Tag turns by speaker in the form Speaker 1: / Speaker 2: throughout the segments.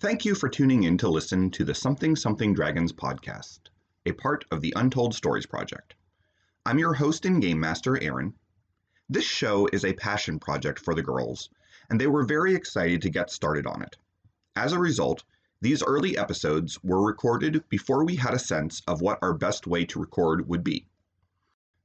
Speaker 1: Thank you for tuning in to listen to the Something Something Dragons podcast, a part of the Untold Stories Project. I'm your host and game master, Aaron. This show is a passion project for the girls, and they were very excited to get started on it. As a result, these early episodes were recorded before we had a sense of what our best way to record would be.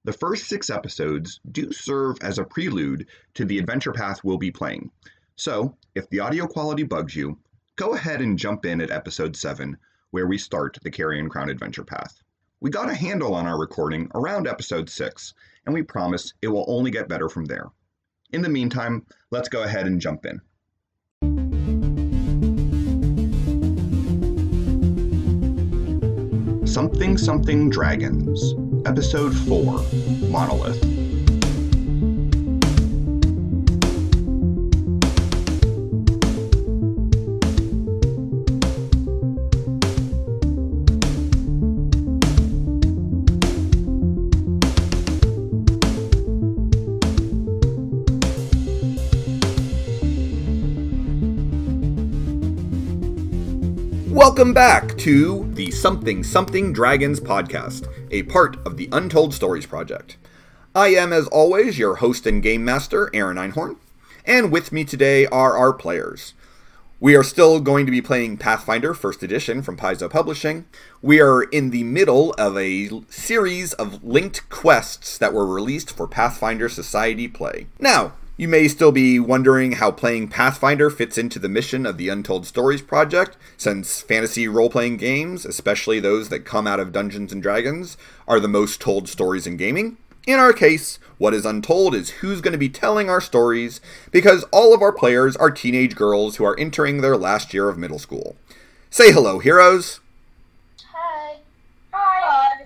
Speaker 1: The first six episodes do serve as a prelude to the adventure path we'll be playing. So, if the audio quality bugs you, go ahead and jump in at episode 7, where we start the Carrion Crown adventure path. We got a handle on our recording around episode 6, and we promise it will only get better from there. In the meantime, let's go ahead and jump in. Something Something Dragons, Episode 4 Monolith. Welcome back to the Something Something Dragons podcast, a part of the Untold Stories Project. I am, as always, your host and game master, Aaron Einhorn, and with me today are our players. We are still going to be playing Pathfinder First Edition from Paizo Publishing. We are in the middle of a l- series of linked quests that were released for Pathfinder Society play. Now, you may still be wondering how playing Pathfinder fits into the mission of the Untold Stories project, since fantasy role-playing games, especially those that come out of Dungeons and Dragons, are the most told stories in gaming. In our case, what is untold is who's going to be telling our stories because all of our players are teenage girls who are entering their last year of middle school. Say hello, heroes!
Speaker 2: Hi. Hi.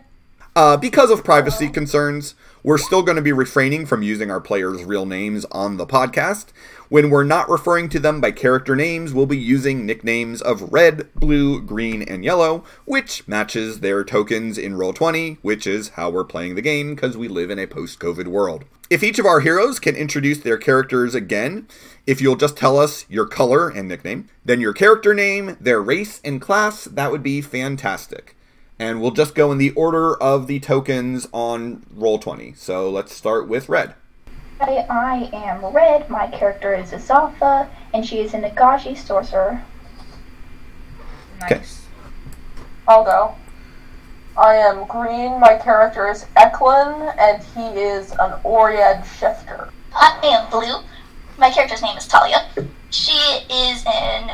Speaker 1: Uh, because of privacy concerns, we're still going to be refraining from using our players' real names on the podcast. When we're not referring to them by character names, we'll be using nicknames of red, blue, green, and yellow, which matches their tokens in Roll20, which is how we're playing the game because we live in a post COVID world. If each of our heroes can introduce their characters again, if you'll just tell us your color and nickname, then your character name, their race, and class, that would be fantastic. And we'll just go in the order of the tokens on roll20. So let's start with red.
Speaker 2: Hi, I am Red. My character is Azatha, and she is a Nagashi sorcerer.
Speaker 1: Okay.
Speaker 3: I'll go. I am green. My character is Eklund, and he is an Oriad shifter.
Speaker 4: I am Blue. My character's name is Talia. She is in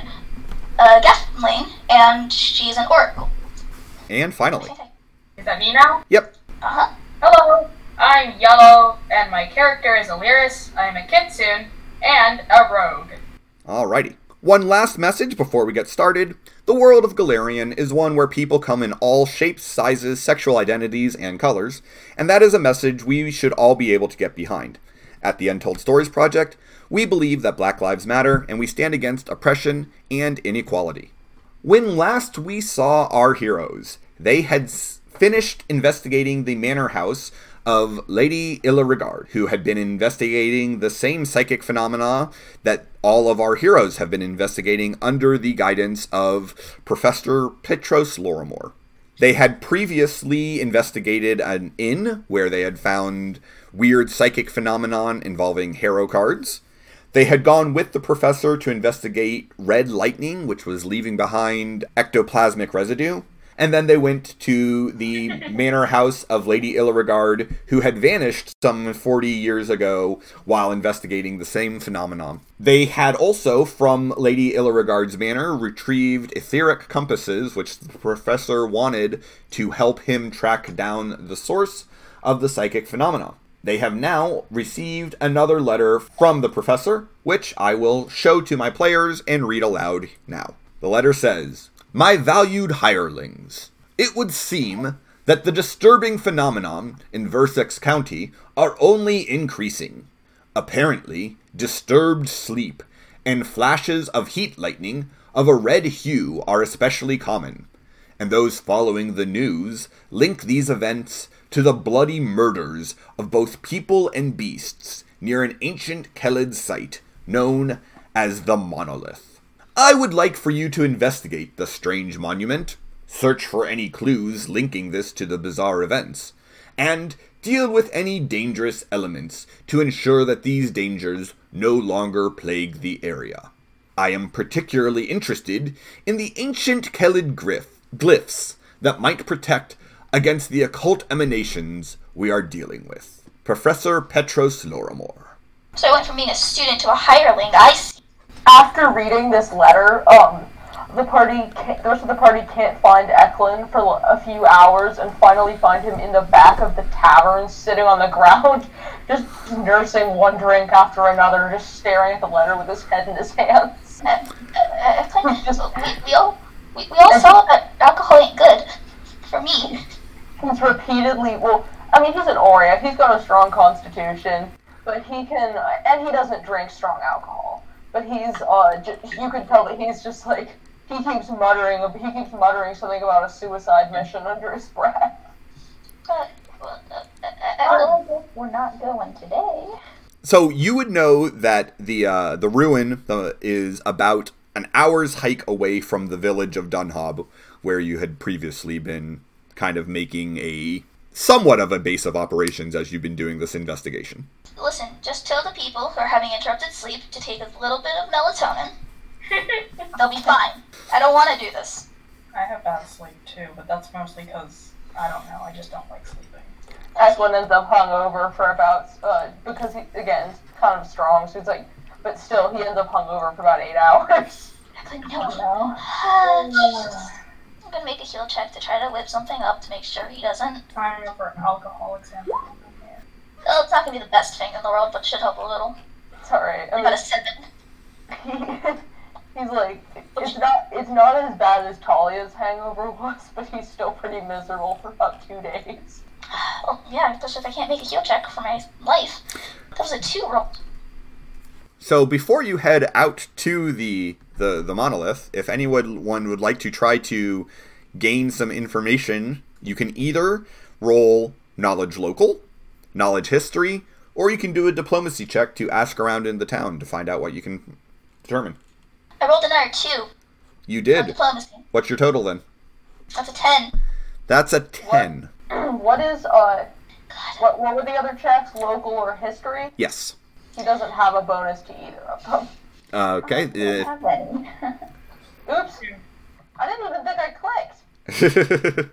Speaker 4: uh, Gatling, and she's an oracle.
Speaker 1: And finally.
Speaker 5: Is that me now?
Speaker 1: Yep.
Speaker 4: Uh-huh.
Speaker 5: Hello, I'm Yellow, and my character is Aliris. I am a kitsune and a rogue.
Speaker 1: Alrighty. One last message before we get started. The world of Galarian is one where people come in all shapes, sizes, sexual identities, and colors, and that is a message we should all be able to get behind. At the Untold Stories Project, we believe that Black Lives Matter and we stand against oppression and inequality. When last we saw our heroes, they had s- finished investigating the manor house of Lady Illarigard, who had been investigating the same psychic phenomena that all of our heroes have been investigating under the guidance of Professor Petros Lorimore. They had previously investigated an inn where they had found weird psychic phenomenon involving harrow cards. They had gone with the professor to investigate red lightning, which was leaving behind ectoplasmic residue. And then they went to the manor house of Lady Illarigard, who had vanished some 40 years ago while investigating the same phenomenon. They had also, from Lady Illarigard's manor, retrieved etheric compasses, which the professor wanted to help him track down the source of the psychic phenomena. They have now received another letter from the professor, which I will show to my players and read aloud now. The letter says My valued hirelings, it would seem that the disturbing phenomenon in Versex County are only increasing. Apparently, disturbed sleep and flashes of heat lightning of a red hue are especially common and those following the news link these events to the bloody murders of both people and beasts near an ancient Kelid site known as the Monolith. I would like for you to investigate the strange monument, search for any clues linking this to the bizarre events, and deal with any dangerous elements to ensure that these dangers no longer plague the area. I am particularly interested in the ancient Kelid glyph, glyphs that might protect against the occult emanations we are dealing with. Professor Petros Lorimore.
Speaker 2: So I went from being a student to a hireling. I see.
Speaker 3: After reading this letter, um, the party, ca- the rest of the party can't find Eklund for l- a few hours, and finally find him in the back of the tavern, sitting on the ground, just nursing one drink after another, just staring at the letter with his head in his hands.
Speaker 2: Uh, uh, uh, Clint, we, we all we, we all saw that alcohol ain't good for me.
Speaker 3: He's repeatedly well. I mean, he's an Oriac. He's got a strong constitution, but he can, and he doesn't drink strong alcohol. But he's, uh, j- you could tell that he's just like he keeps muttering. He keeps muttering something about a suicide mission under his breath.
Speaker 2: Uh, well, uh, uh, uh,
Speaker 6: Oh, we're not going today.
Speaker 1: So you would know that the uh, the ruin uh, is about an hour's hike away from the village of Dunhob, where you had previously been kind of making a somewhat of a base of operations as you've been doing this investigation.
Speaker 2: listen, just tell the people who are having interrupted sleep to take a little bit of melatonin. They'll be fine. I don't want to do this.
Speaker 5: I have bad sleep too, but that's mostly because I don't know. I just don't like sleeping.
Speaker 3: Eklund ends up hungover for about, uh, because he again he's kind of strong, so he's like, but still he ends up hungover for about eight
Speaker 2: But
Speaker 3: hours.
Speaker 6: Oh,
Speaker 2: no,
Speaker 6: no.
Speaker 2: uh, I'm gonna make a heal check to try to whip something up to make sure he doesn't.
Speaker 5: Time for an alcohol exam.
Speaker 2: Well, it's not gonna be the best thing in the world, but should help a little.
Speaker 3: It's alright. I
Speaker 2: I got a
Speaker 3: mean,
Speaker 2: seven.
Speaker 3: he's like, it's not, it's not as bad as Talia's hangover was, but he's still pretty miserable for about two days.
Speaker 2: Well, Oh, yeah, especially if I can't make a heal check for my life. That was a two roll.
Speaker 1: So before you head out to the the, the monolith, if anyone one would like to try to gain some information, you can either roll knowledge local, knowledge history, or you can do a diplomacy check to ask around in the town to find out what you can determine.
Speaker 2: I rolled another two.
Speaker 1: You
Speaker 2: on
Speaker 1: did.
Speaker 2: Diplomacy.
Speaker 1: What's your total then?
Speaker 2: That's a ten.
Speaker 1: That's a 10.
Speaker 3: what is uh, what what were the other checks? Local or history?
Speaker 1: Yes.
Speaker 3: He doesn't have a bonus to either of them.
Speaker 1: Uh, okay.
Speaker 2: Oh,
Speaker 6: Have any.
Speaker 3: Oops, I didn't even think I clicked
Speaker 1: uh,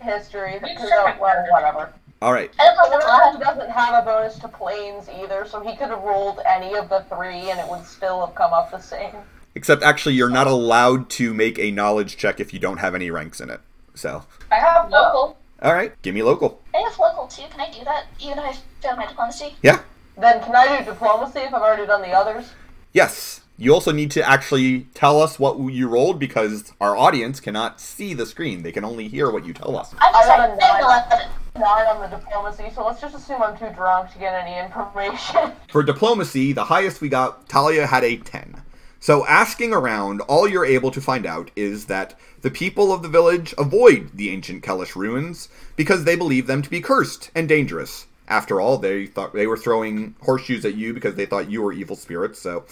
Speaker 3: history because
Speaker 5: sure.
Speaker 3: oh, well, whatever.
Speaker 1: all right.
Speaker 2: I don't know if that's a lot.
Speaker 3: He doesn't have a bonus to planes either, so he could have rolled any of the three and it would still have come up the same.
Speaker 1: Except actually, you're not allowed to make a knowledge check if you don't have any ranks in it. So,
Speaker 5: I have local.
Speaker 1: all right. Give me local.
Speaker 2: I have local too. Can I do that? Even if I failed my diplomacy?
Speaker 1: Yeah.
Speaker 3: Then can I do diplomacy if I've already done the others?
Speaker 1: Yes. You also need to actually tell us what you rolled because our audience cannot see the screen. They can only hear what you tell us.
Speaker 2: I'm just
Speaker 3: I
Speaker 2: like,
Speaker 3: got a
Speaker 2: I
Speaker 3: nine.
Speaker 2: have 11.
Speaker 3: Nine on the diplomacy, so let's just assume I'm too drunk to get any information.
Speaker 1: For diplomacy, the highest we got, Talia had a 10. So asking around, all you're able to find out is that the people of the village avoid the ancient Kellish ruins because they believe them to be cursed and dangerous. After all, they thought they were throwing horseshoes at you because they thought you were evil spirits, so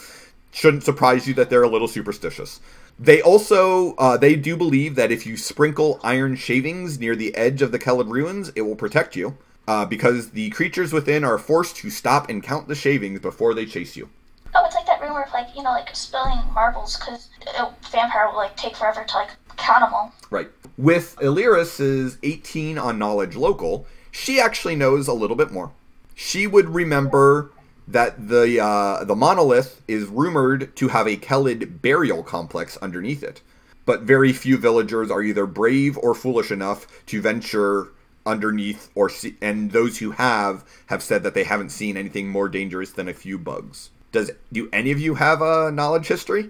Speaker 1: shouldn't surprise you that they're a little superstitious. They also uh, they do believe that if you sprinkle iron shavings near the edge of the Kelid ruins, it will protect you, uh, because the creatures within are forced to stop and count the shavings before they chase you.
Speaker 2: Oh, it's like that rumor of like you know like spilling marbles because a vampire will like take forever to like count them all.
Speaker 1: Right. With Illyris's 18 on knowledge local, she actually knows a little bit more. She would remember that the uh, the monolith is rumored to have a Kelid burial complex underneath it, but very few villagers are either brave or foolish enough to venture underneath or see, and those who have have said that they haven't seen anything more dangerous than a few bugs. Does do any of you have a knowledge history?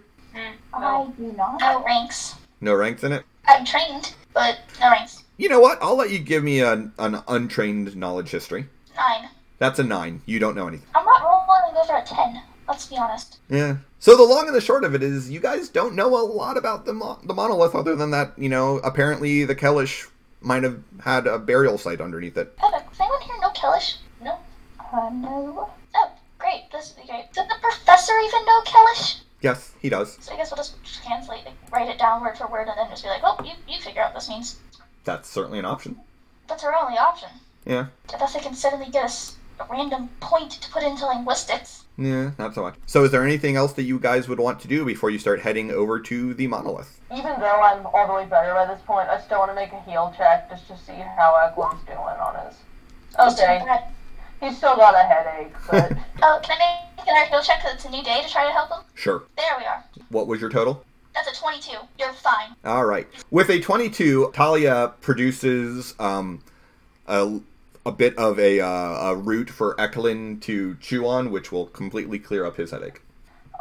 Speaker 6: I do not.
Speaker 2: No ranks.
Speaker 1: No ranks in it.
Speaker 2: I'm trained, but no ranks.
Speaker 1: You know what? I'll let you give me an, an untrained knowledge history.
Speaker 2: Nine.
Speaker 1: That's a nine. You don't know anything.
Speaker 2: I'm not rolling over a ten. Let's be honest.
Speaker 1: Yeah. So the long and the short of it is, you guys don't know a lot about the mo- the monolith, other than that, you know, apparently the Kellish might have had a burial site underneath it.
Speaker 2: Oh, does anyone here know Kellish? No.
Speaker 6: Uh, no.
Speaker 2: Oh, great. This would be great. Did the professor even know Kellish?
Speaker 1: Yes, he does.
Speaker 4: So I guess we'll just translate, like, write it down word for word, and then just be like, "Oh, you, you figure out what this means."
Speaker 1: That's certainly an option.
Speaker 4: That's our only option.
Speaker 1: Yeah.
Speaker 4: Unless I can suddenly get us a random point to put into linguistics.
Speaker 1: Yeah, not so much. So, is there anything else that you guys would want to do before you start heading over to the monolith?
Speaker 3: Even though I'm all the way better by this point, I still want to make a heal check just to see how Eklund's doing on his. Oh,
Speaker 4: Just to-
Speaker 3: Okay, he's still got a headache, but
Speaker 4: Oh, can I make an heal check? Cause it's a new day to try to help him.
Speaker 1: Sure.
Speaker 4: There we are.
Speaker 1: What was your total?
Speaker 4: That's a 22. You're fine.
Speaker 1: All right. With a 22, Talia produces um, a, a bit of a, uh, a root for Eklund to chew on, which will completely clear up his headache.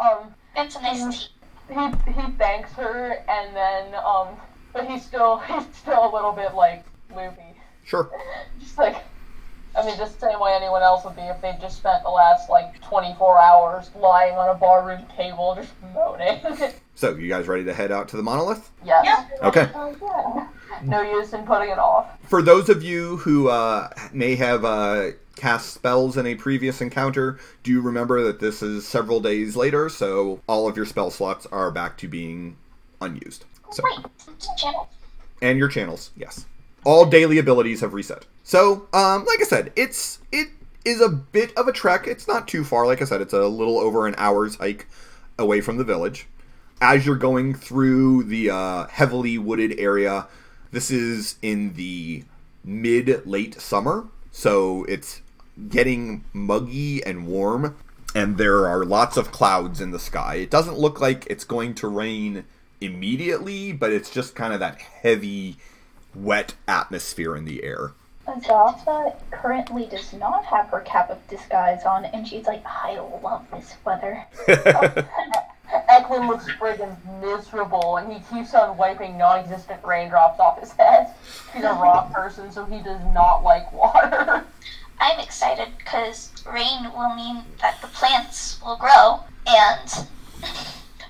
Speaker 3: um,
Speaker 4: And some nice tea.
Speaker 3: he he thanks her and then um, but he's still he's still a little bit like loopy.
Speaker 1: Sure.
Speaker 3: Just like, I mean, just the same way anyone else would be if they just spent the last like 24 hours lying on a barroom table just moaning.
Speaker 1: So, you guys ready to head out to the monolith?
Speaker 3: yes.
Speaker 5: Yeah.
Speaker 1: Okay.
Speaker 3: No use in putting it off.
Speaker 1: For those of you who uh, may have uh, cast spells in a previous encounter, do remember that this is several days later, so all of your spell slots are back to being unused. So,
Speaker 4: Great. Channel.
Speaker 1: and your channels. Yes. All daily abilities have reset. So, um, like I said, it's it is a bit of a trek. It's not too far. Like I said, it's a little over an hour's hike away from the village. As you're going through the uh, heavily wooded area, this is in the mid late summer, so it's getting muggy and warm, and there are lots of clouds in the sky. It doesn't look like it's going to rain immediately, but it's just kind of that heavy, wet atmosphere in the air.
Speaker 2: Azatha currently does not have her cap of disguise on, and she's like, I love this weather.
Speaker 3: Eklund looks friggin' miserable, and he keeps on wiping non-existent raindrops off his head. He's a rock person, so he does not like water.
Speaker 4: I'm excited because rain will mean that the plants will grow, and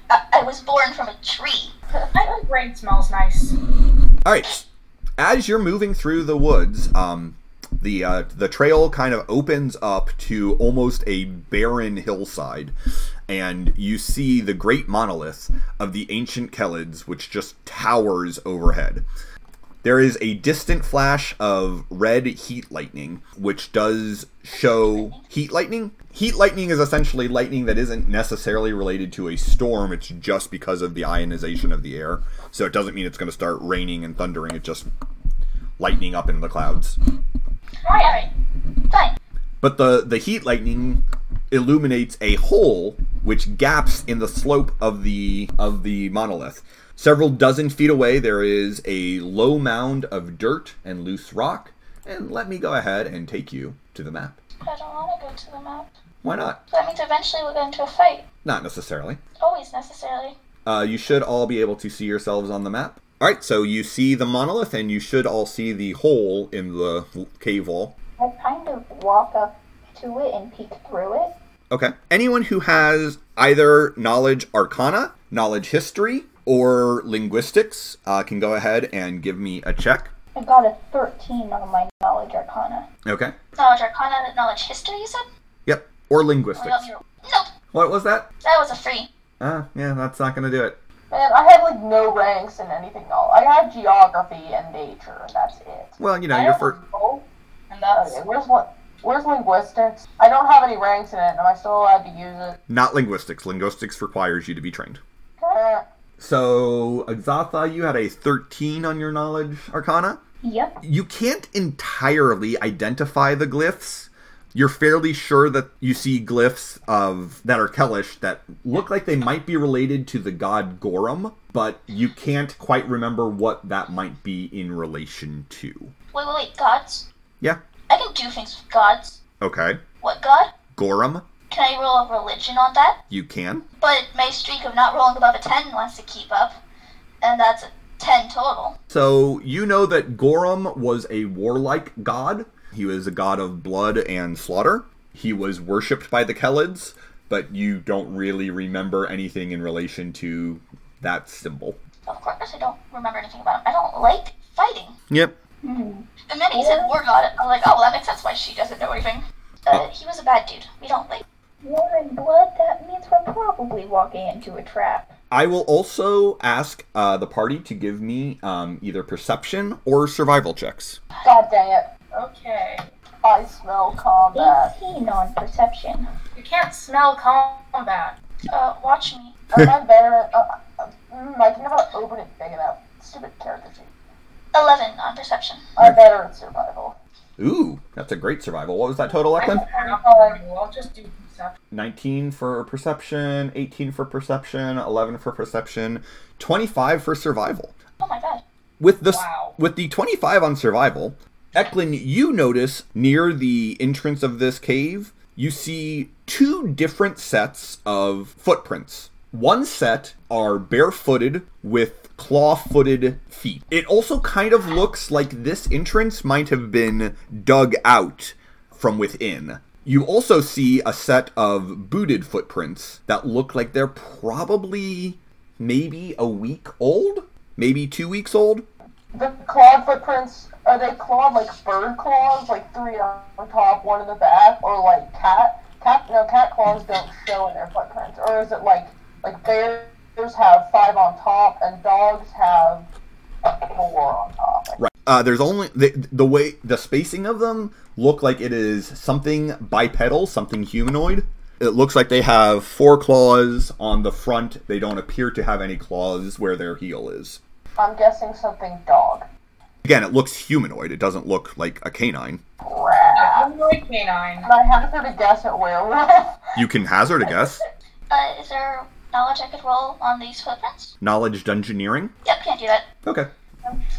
Speaker 4: I, I was born from a tree.
Speaker 5: I think rain smells nice.
Speaker 1: All right. As you're moving through the woods, um, the uh, the trail kind of opens up to almost a barren hillside, and you see the great monolith of the ancient Kelids, which just towers overhead. There is a distant flash of red heat lightning, which does show heat lightning. Heat lightning is essentially lightning that isn't necessarily related to a storm, it's just because of the ionization of the air. So it doesn't mean it's going to start raining and thundering, it's just lightning up in the clouds.
Speaker 5: Alright.
Speaker 4: Fine.
Speaker 1: But the, the heat lightning illuminates a hole which gaps in the slope of the of the monolith. Several dozen feet away there is a low mound of dirt and loose rock. And let me go ahead and take you to the map.
Speaker 4: I don't want to go to the mount.
Speaker 1: Why not?
Speaker 4: That means eventually we'll get into a fight.
Speaker 1: Not necessarily.
Speaker 4: Always necessarily.
Speaker 1: Uh, you should all be able to see yourselves on the map. All right, so you see the monolith, and you should all see the hole in the cave wall.
Speaker 2: I kind of walk up to it and peek through it.
Speaker 1: Okay. Anyone who has either knowledge arcana, knowledge history, or linguistics uh, can go ahead and give me a check.
Speaker 2: I got a 13 on my knowledge arcana.
Speaker 1: Okay.
Speaker 4: Knowledge Arcana, knowledge history, you said?
Speaker 1: Yep. Or
Speaker 4: Or
Speaker 1: linguistics.
Speaker 4: else you- Nope.
Speaker 1: What was that?
Speaker 4: That was a free.
Speaker 1: Ah, yeah, that's not going to do it.
Speaker 3: Man, I have like no ranks in anything else. I have geography and nature, and that's it.
Speaker 1: Well, you know,
Speaker 3: I
Speaker 1: your
Speaker 3: have
Speaker 1: first.
Speaker 3: no-
Speaker 5: And that's
Speaker 3: Okay, where's what? Where's linguistics? I don't have any ranks in it. Am I still allowed to use it?
Speaker 1: Not linguistics. Linguistics requires you to be trained.
Speaker 3: Eh,
Speaker 1: So, Exatha, you had a 13 on your knowledge arcana.
Speaker 2: Yep.
Speaker 1: you can't entirely identify the glyphs. You're fairly sure that you see glyphs of that are Kellish that look like they might be related to the god Gorum, but you can't quite remember what that might be in relation to.
Speaker 4: Wait, wait, wait. Gods?
Speaker 1: Yeah.
Speaker 4: I can do things with gods.
Speaker 1: Okay.
Speaker 4: What god?
Speaker 1: Gorum,
Speaker 4: Can I roll a religion on that?
Speaker 1: you can.
Speaker 4: But my streak of not rolling above a 10 wants to keep up, and that's a 10 total.
Speaker 1: So you know that Gorum was a warlike god. He was a god of blood and slaughter. He was worshipped by the Kelids, but you don't really remember anything in relation to that symbol.
Speaker 4: Of course, I don't remember anything about him. I don't like fighting.
Speaker 1: Yep.
Speaker 4: And then he said war god. I'm like, oh, well, that makes sense why she doesn't know anything. Uh, he was a bad dude. We don't like
Speaker 2: Warren Oh. Blood, that means we're probably walking into a trap.
Speaker 1: I will also ask uh, the party to give me um, either perception or survival checks.
Speaker 3: God dang it.
Speaker 5: Okay.
Speaker 3: I smell combat.
Speaker 2: 18 on perception.
Speaker 5: You can't smell combat.
Speaker 4: Uh, watch me.
Speaker 3: Am I better? Uh, uh, mm, I can never open it big enough. Stupid character sheet.
Speaker 4: 11 on perception.
Speaker 3: I'm better at survival.
Speaker 1: Ooh, that's a great survival. What was that total,
Speaker 5: I don't
Speaker 1: Eklund?
Speaker 5: have survival, I'll just do perception.
Speaker 1: 19 for perception, 18 for perception, 11 for perception, 25 for survival.
Speaker 4: Oh my god.
Speaker 1: With the s-
Speaker 5: Wow.
Speaker 1: with the 25 on survival, Eklund, you notice near the entrance of this cave, you see two different sets of footprints. One set are barefooted with claw-footed feet. It also kind of looks like this entrance might have been dug out from within. You also see a set of booted footprints that look like they're probably maybe a week old, maybe 2 weeks old.
Speaker 3: The clawed footprints, are they clawed like bird claws? Like three on the top, one in the back? Or like cat? Cat, no, cat claws don't show in their footprints. Or is it like, like bears have five on top and dogs have four on top?
Speaker 1: Right. Uh, there's only the, the way the spacing of them look like it is something bipedal, something humanoid. It looks like they have four claws on the front. They don't appear to have any claws where their heel is.
Speaker 3: I'm guessing something dog.
Speaker 1: Again, it looks humanoid. It doesn't look like a canine.
Speaker 3: Crap.
Speaker 5: I'm like canine.
Speaker 3: I hazard a guess at werewolf.
Speaker 1: You can hazard a guess.
Speaker 4: Uh, is there knowledge I could roll on these footprints?
Speaker 1: Knowledge dungeoneering.
Speaker 4: Yep, can't do that.
Speaker 1: Okay.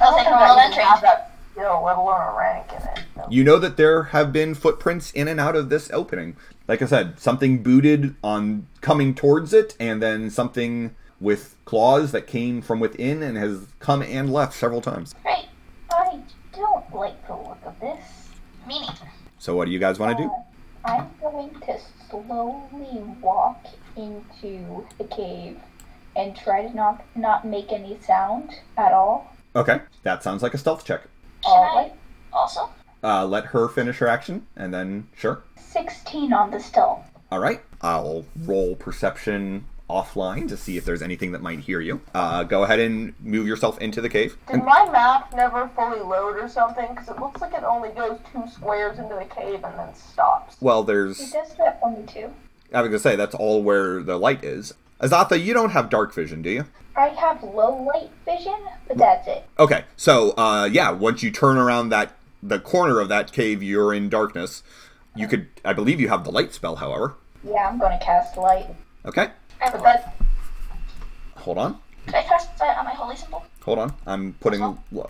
Speaker 4: I'll take a roll
Speaker 3: I
Speaker 4: entry.
Speaker 3: have that skill, let alone a rank in it. So.
Speaker 1: You know that there have been footprints in and out of this opening. Like I said, something booted on coming towards it, and then something with claws that came from within and has come and left several times.
Speaker 4: Great.
Speaker 2: I don't like the look of this.
Speaker 4: Me neither.
Speaker 1: So, what do you guys want to do?
Speaker 2: I'm going to slowly walk into the cave and try to not not make any sound at all. Uh,
Speaker 1: Okay, that sounds like a stealth check.
Speaker 4: Can
Speaker 2: All
Speaker 4: I
Speaker 2: right.
Speaker 4: also?
Speaker 1: Uh, let her finish her action, and then sure.
Speaker 2: 16 on the stealth.
Speaker 1: All right, I'll roll perception offline to see if there's anything that might hear you. Uh, go ahead and move yourself into the cave.
Speaker 3: Did my map never fully load or something? Because it looks like it only goes two squares into the cave and then stops.
Speaker 1: Well,
Speaker 2: It
Speaker 1: there's.
Speaker 2: does that for me too.
Speaker 1: I was gonna say that's all where the light is. Azatha, you don't have dark vision, do you?
Speaker 2: I have low light vision, but that's it.
Speaker 1: Okay, so uh, yeah, once you turn around that the corner of that cave, you're in darkness. You could, I believe, you have the light spell. However,
Speaker 2: Yeah, I'm gonna cast light.
Speaker 1: okay,
Speaker 4: I
Speaker 3: But
Speaker 4: will.
Speaker 3: that
Speaker 1: hold on,
Speaker 4: Could I cast that on my holy symbol?
Speaker 1: hold on. I'm putting,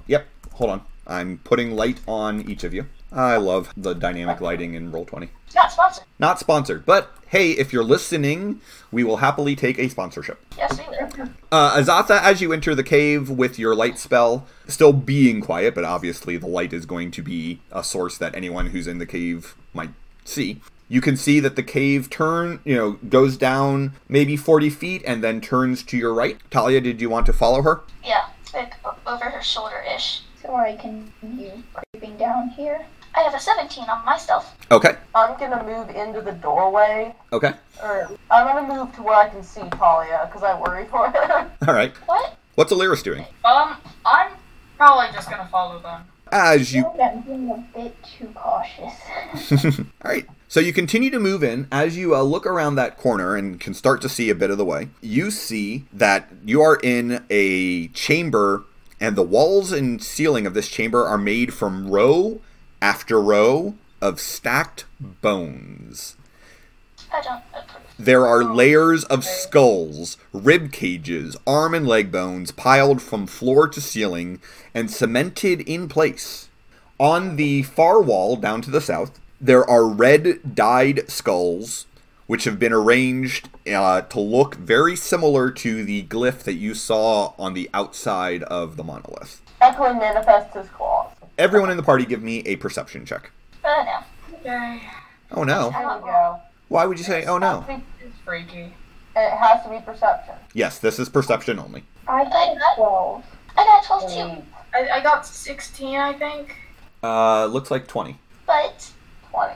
Speaker 1: yep, hold on. I'm putting light on each of you. I love the dynamic lighting in Roll Twenty.
Speaker 4: It's not sponsored.
Speaker 1: Not sponsored, but hey, if you're listening, we will happily take a sponsorship.
Speaker 4: Yes, we will.
Speaker 1: Uh, Azatha, as you enter the cave with your light spell, still being quiet, but obviously the light is going to be a source that anyone who's in the cave might see. You can see that the cave turn, you know, goes down maybe 40 feet and then turns to your right. Talia, did you want to follow her?
Speaker 4: Yeah, like o- over her shoulder ish.
Speaker 2: So I can continue creeping down here.
Speaker 4: I have a 17 on my stealth.
Speaker 1: Okay.
Speaker 3: I'm gonna move into the doorway,
Speaker 1: Okay.
Speaker 3: or I'm gonna move to where I can see Talia because I worry for her.
Speaker 1: All right.
Speaker 4: What?
Speaker 1: What's Aliris doing?
Speaker 5: Um, I'm probably just gonna follow them.
Speaker 1: As you
Speaker 2: I'm being a bit too cautious.
Speaker 1: All right. So you continue to move in. As you uh, look around that corner and can start to see a bit of the way, you see that you are in a chamber, and the walls and ceiling of this chamber are made from row after row of stacked bones.
Speaker 4: I don't approve.
Speaker 1: There are layers of skulls, rib cages, arm and leg bones piled from floor to ceiling and cemented in place. On the far wall down to the south, there are red dyed skulls which have been arranged uh, to look very similar to the glyph that you saw on the outside of the monolith.
Speaker 3: Eklund manifests his claws.
Speaker 1: Everyone in the party give me a perception check.
Speaker 4: Uh, no.
Speaker 5: Okay.
Speaker 1: Oh no.
Speaker 3: There we go.
Speaker 1: Why would you say oh no?
Speaker 5: This is freaky.
Speaker 3: And it has to be perception.
Speaker 1: Yes, this is perception only.
Speaker 2: I got a 12.
Speaker 4: I got a 12
Speaker 1: Mm.
Speaker 4: too,
Speaker 5: I, I got 16, I think.
Speaker 1: Uh looks like 20.
Speaker 4: but
Speaker 3: Twenty.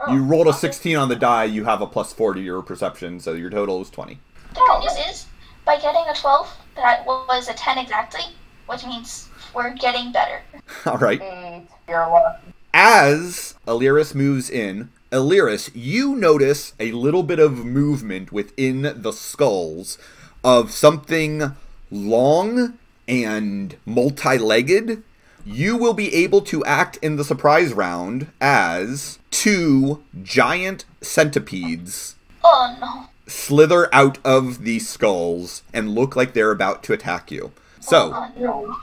Speaker 5: Oh,
Speaker 1: You rolled a 16 on the die, you have a plus 4 to your perception, so your total is 20.
Speaker 4: The good news is, by getting a 12, that was a 10 exactly, which means we're getting better.
Speaker 1: All right.
Speaker 3: Eight, you're lucky.
Speaker 1: As Illyris moves in, Illyris, you notice a little bit of movement within the skulls of something long and multi legged. You will be able to act in the surprise round as two giant centipedes
Speaker 4: Oh no.
Speaker 1: slither out of the skulls and look like they're about to attack you. So,
Speaker 2: Oh, no, we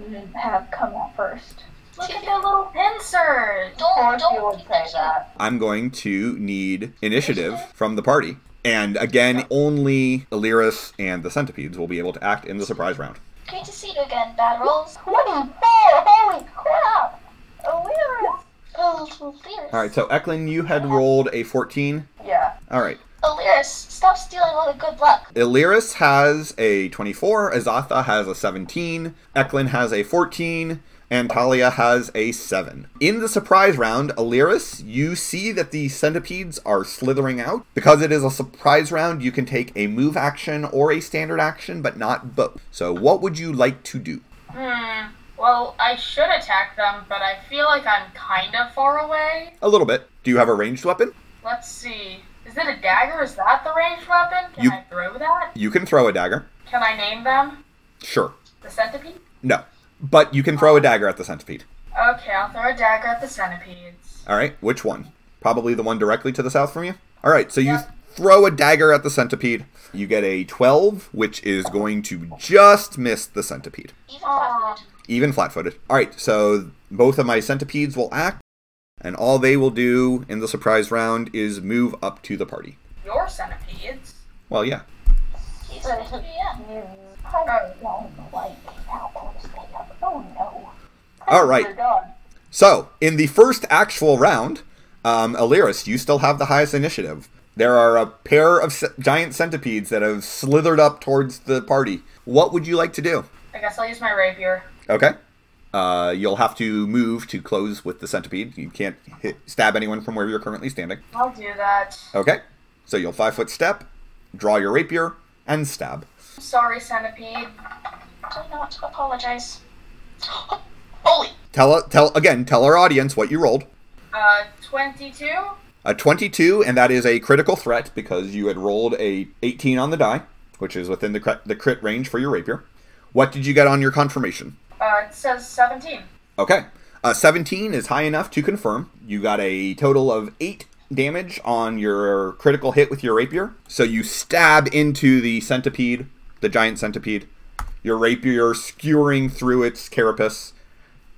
Speaker 2: shouldn't have come out first.
Speaker 5: Look at their little pincers.
Speaker 3: Of
Speaker 4: Don't,
Speaker 3: course you
Speaker 4: don't
Speaker 3: would
Speaker 4: do
Speaker 3: say
Speaker 4: that.
Speaker 3: that.
Speaker 1: I'm going to need initiative from the party. And again, only Illyris and the centipedes will be able to act in the surprise round.
Speaker 4: Great to see you again, bad rolls.
Speaker 3: Twenty-four! Holy crap! Illyris!
Speaker 4: Oh, Lyris.
Speaker 1: All right, so Eklund, you had rolled a 14.
Speaker 3: Yeah.
Speaker 1: All right.
Speaker 4: Oh, Lyris, stop stealing all the good luck.
Speaker 1: Illyris has a 24, Azatha has a 17, Eklund has a 14, and Talia has a 7. In the surprise round, Illyris, you see that the centipedes are slithering out. Because it is a surprise round, you can take a move action or a standard action, but not both. So, what would you like to do?
Speaker 5: Hmm. Well, I should attack them, but I feel like I'm kind of far away.
Speaker 1: A little bit. Do you have a ranged weapon?
Speaker 5: Let's see. Is it a dagger? Is that the ranged weapon? Can
Speaker 1: You-
Speaker 5: I throw that?
Speaker 1: You can throw a dagger.
Speaker 5: Can I name them?
Speaker 1: Sure.
Speaker 5: The centipede?
Speaker 1: No. But you can throw a dagger at the centipede.
Speaker 5: Okay, I'll throw a dagger at the centipedes.
Speaker 1: All right, which one? Probably the one directly to the south from you. All right, so you throw a dagger at the centipede. You get a 12, which is going to just miss the centipede,
Speaker 4: Even flat-footed.
Speaker 1: even flat footed. All right, so both of my centipedes will act, and all they will do in the surprise round is move up to the party.
Speaker 5: Your centipedes?
Speaker 1: Well, yeah.
Speaker 4: He's yeah.
Speaker 2: I don't like how close they are. Oh no.
Speaker 1: All right,
Speaker 3: You're done.
Speaker 1: So, in the first actual round, um, Aliris, you still have the highest initiative. There are a pair of c- giant centipedes that have slithered up towards the party. What would you like to do?
Speaker 5: I guess I'll use my rapier.
Speaker 1: Okay. Uh, you'll have to move to close with the centipede. You can't hit, stab anyone from where you're currently standing.
Speaker 5: I'll do that.
Speaker 1: Okay. So you'll five foot step, draw your rapier, and stab.
Speaker 5: Sorry, centipede.
Speaker 4: Do not apologize. Holy.
Speaker 1: Tell tell again. Tell our audience what you rolled.
Speaker 5: Uh, 22?
Speaker 1: a 22 and that is a critical threat because you had rolled a 18 on the die which is within the crit, the crit range for your rapier what did you get on your confirmation
Speaker 5: Uh, it says 17.
Speaker 1: okay a 17 is high enough to confirm you got a total of 8 damage on your critical hit with your rapier so you stab into the centipede the giant centipede your rapier skewering through its carapace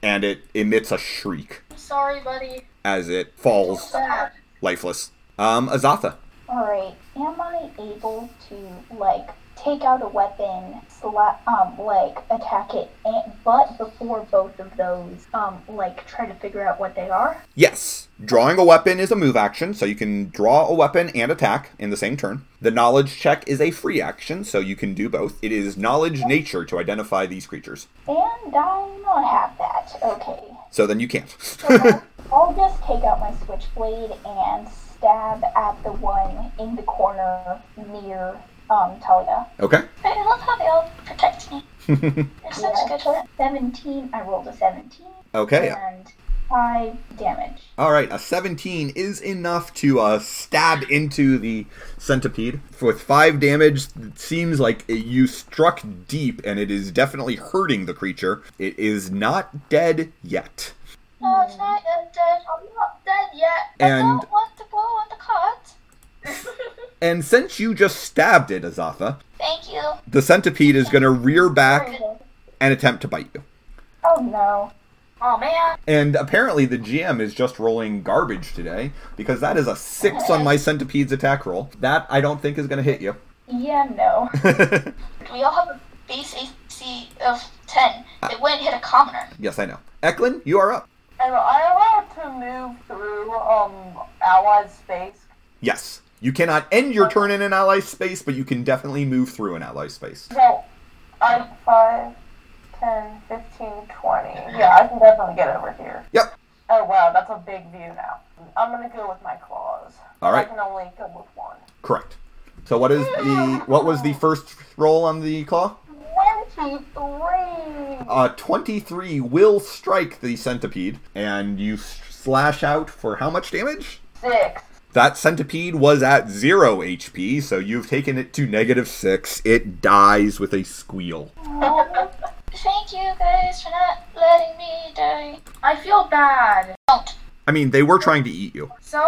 Speaker 1: and it emits a shriek
Speaker 5: I'm sorry, buddy.
Speaker 1: as it falls
Speaker 5: Sad.
Speaker 1: lifeless um azatha
Speaker 2: Alright, am I able to, like, take out a weapon, sla- um, like, attack it, and, but before both of those, um, like, try to figure out what they are?
Speaker 1: Yes. Drawing a weapon is a move action, so you can draw a weapon and attack in the same turn. The knowledge check is a free action, so you can do both. It is knowledge nature to identify these creatures.
Speaker 2: And I not have that. Okay.
Speaker 1: So then you can't.
Speaker 2: So I'll just take out my switchblade and stab at the one in the corner near, um, Talia.
Speaker 1: okay.
Speaker 4: I love how they all protect me. They're such
Speaker 2: Yeah.
Speaker 4: good friends.
Speaker 2: 17, I rolled a 17,
Speaker 1: Okay.
Speaker 2: and 5 damage.
Speaker 1: All right, a 17 is enough to uh, stab into the centipede. With 5 damage, it seems like you struck deep and it is definitely hurting the creature. It is not dead yet.
Speaker 4: No, it's not yet dead. I'm not dead yet. I
Speaker 1: And-
Speaker 4: don't want to blow on the cot.
Speaker 1: And since you just stabbed it, Azatha,
Speaker 4: Thank you.
Speaker 1: the centipede is going to rear back and attempt to bite you.
Speaker 2: Oh no.
Speaker 5: Oh, man.
Speaker 1: And apparently, the GM is just rolling garbage today because that is a six on my centipede's attack roll. That I don't think is going to hit you.
Speaker 2: Yeah, no.
Speaker 4: We all have a base AC of 10. It wouldn't hit a commoner.
Speaker 1: yes, I know. Eklund, you are up.
Speaker 3: Am I allowed to move through um allied space?
Speaker 1: Yes. You cannot end your turn in an ally space, but you can definitely move through an ally space.
Speaker 3: No. I'm 5, 10, 15, 20. Yeah, I can definitely get over here.
Speaker 1: Yep.
Speaker 3: Uh, Oh wow, that's a big view now. I'm gonna go with my claws.
Speaker 1: All right.
Speaker 3: I can only go with one.
Speaker 1: Correct. So what is the what was the first roll on the claw?
Speaker 3: Twenty-three.
Speaker 1: Uh, twenty-three will strike the centipede, and you s- slash out for how much damage?
Speaker 3: Six.
Speaker 1: That centipede was at zero HP, so you've taken it to negative six. It dies with a squeal.
Speaker 4: Thank you guys for not letting me die.
Speaker 5: I feel bad.
Speaker 4: Don't.
Speaker 1: I mean, they were trying to eat you.
Speaker 5: So,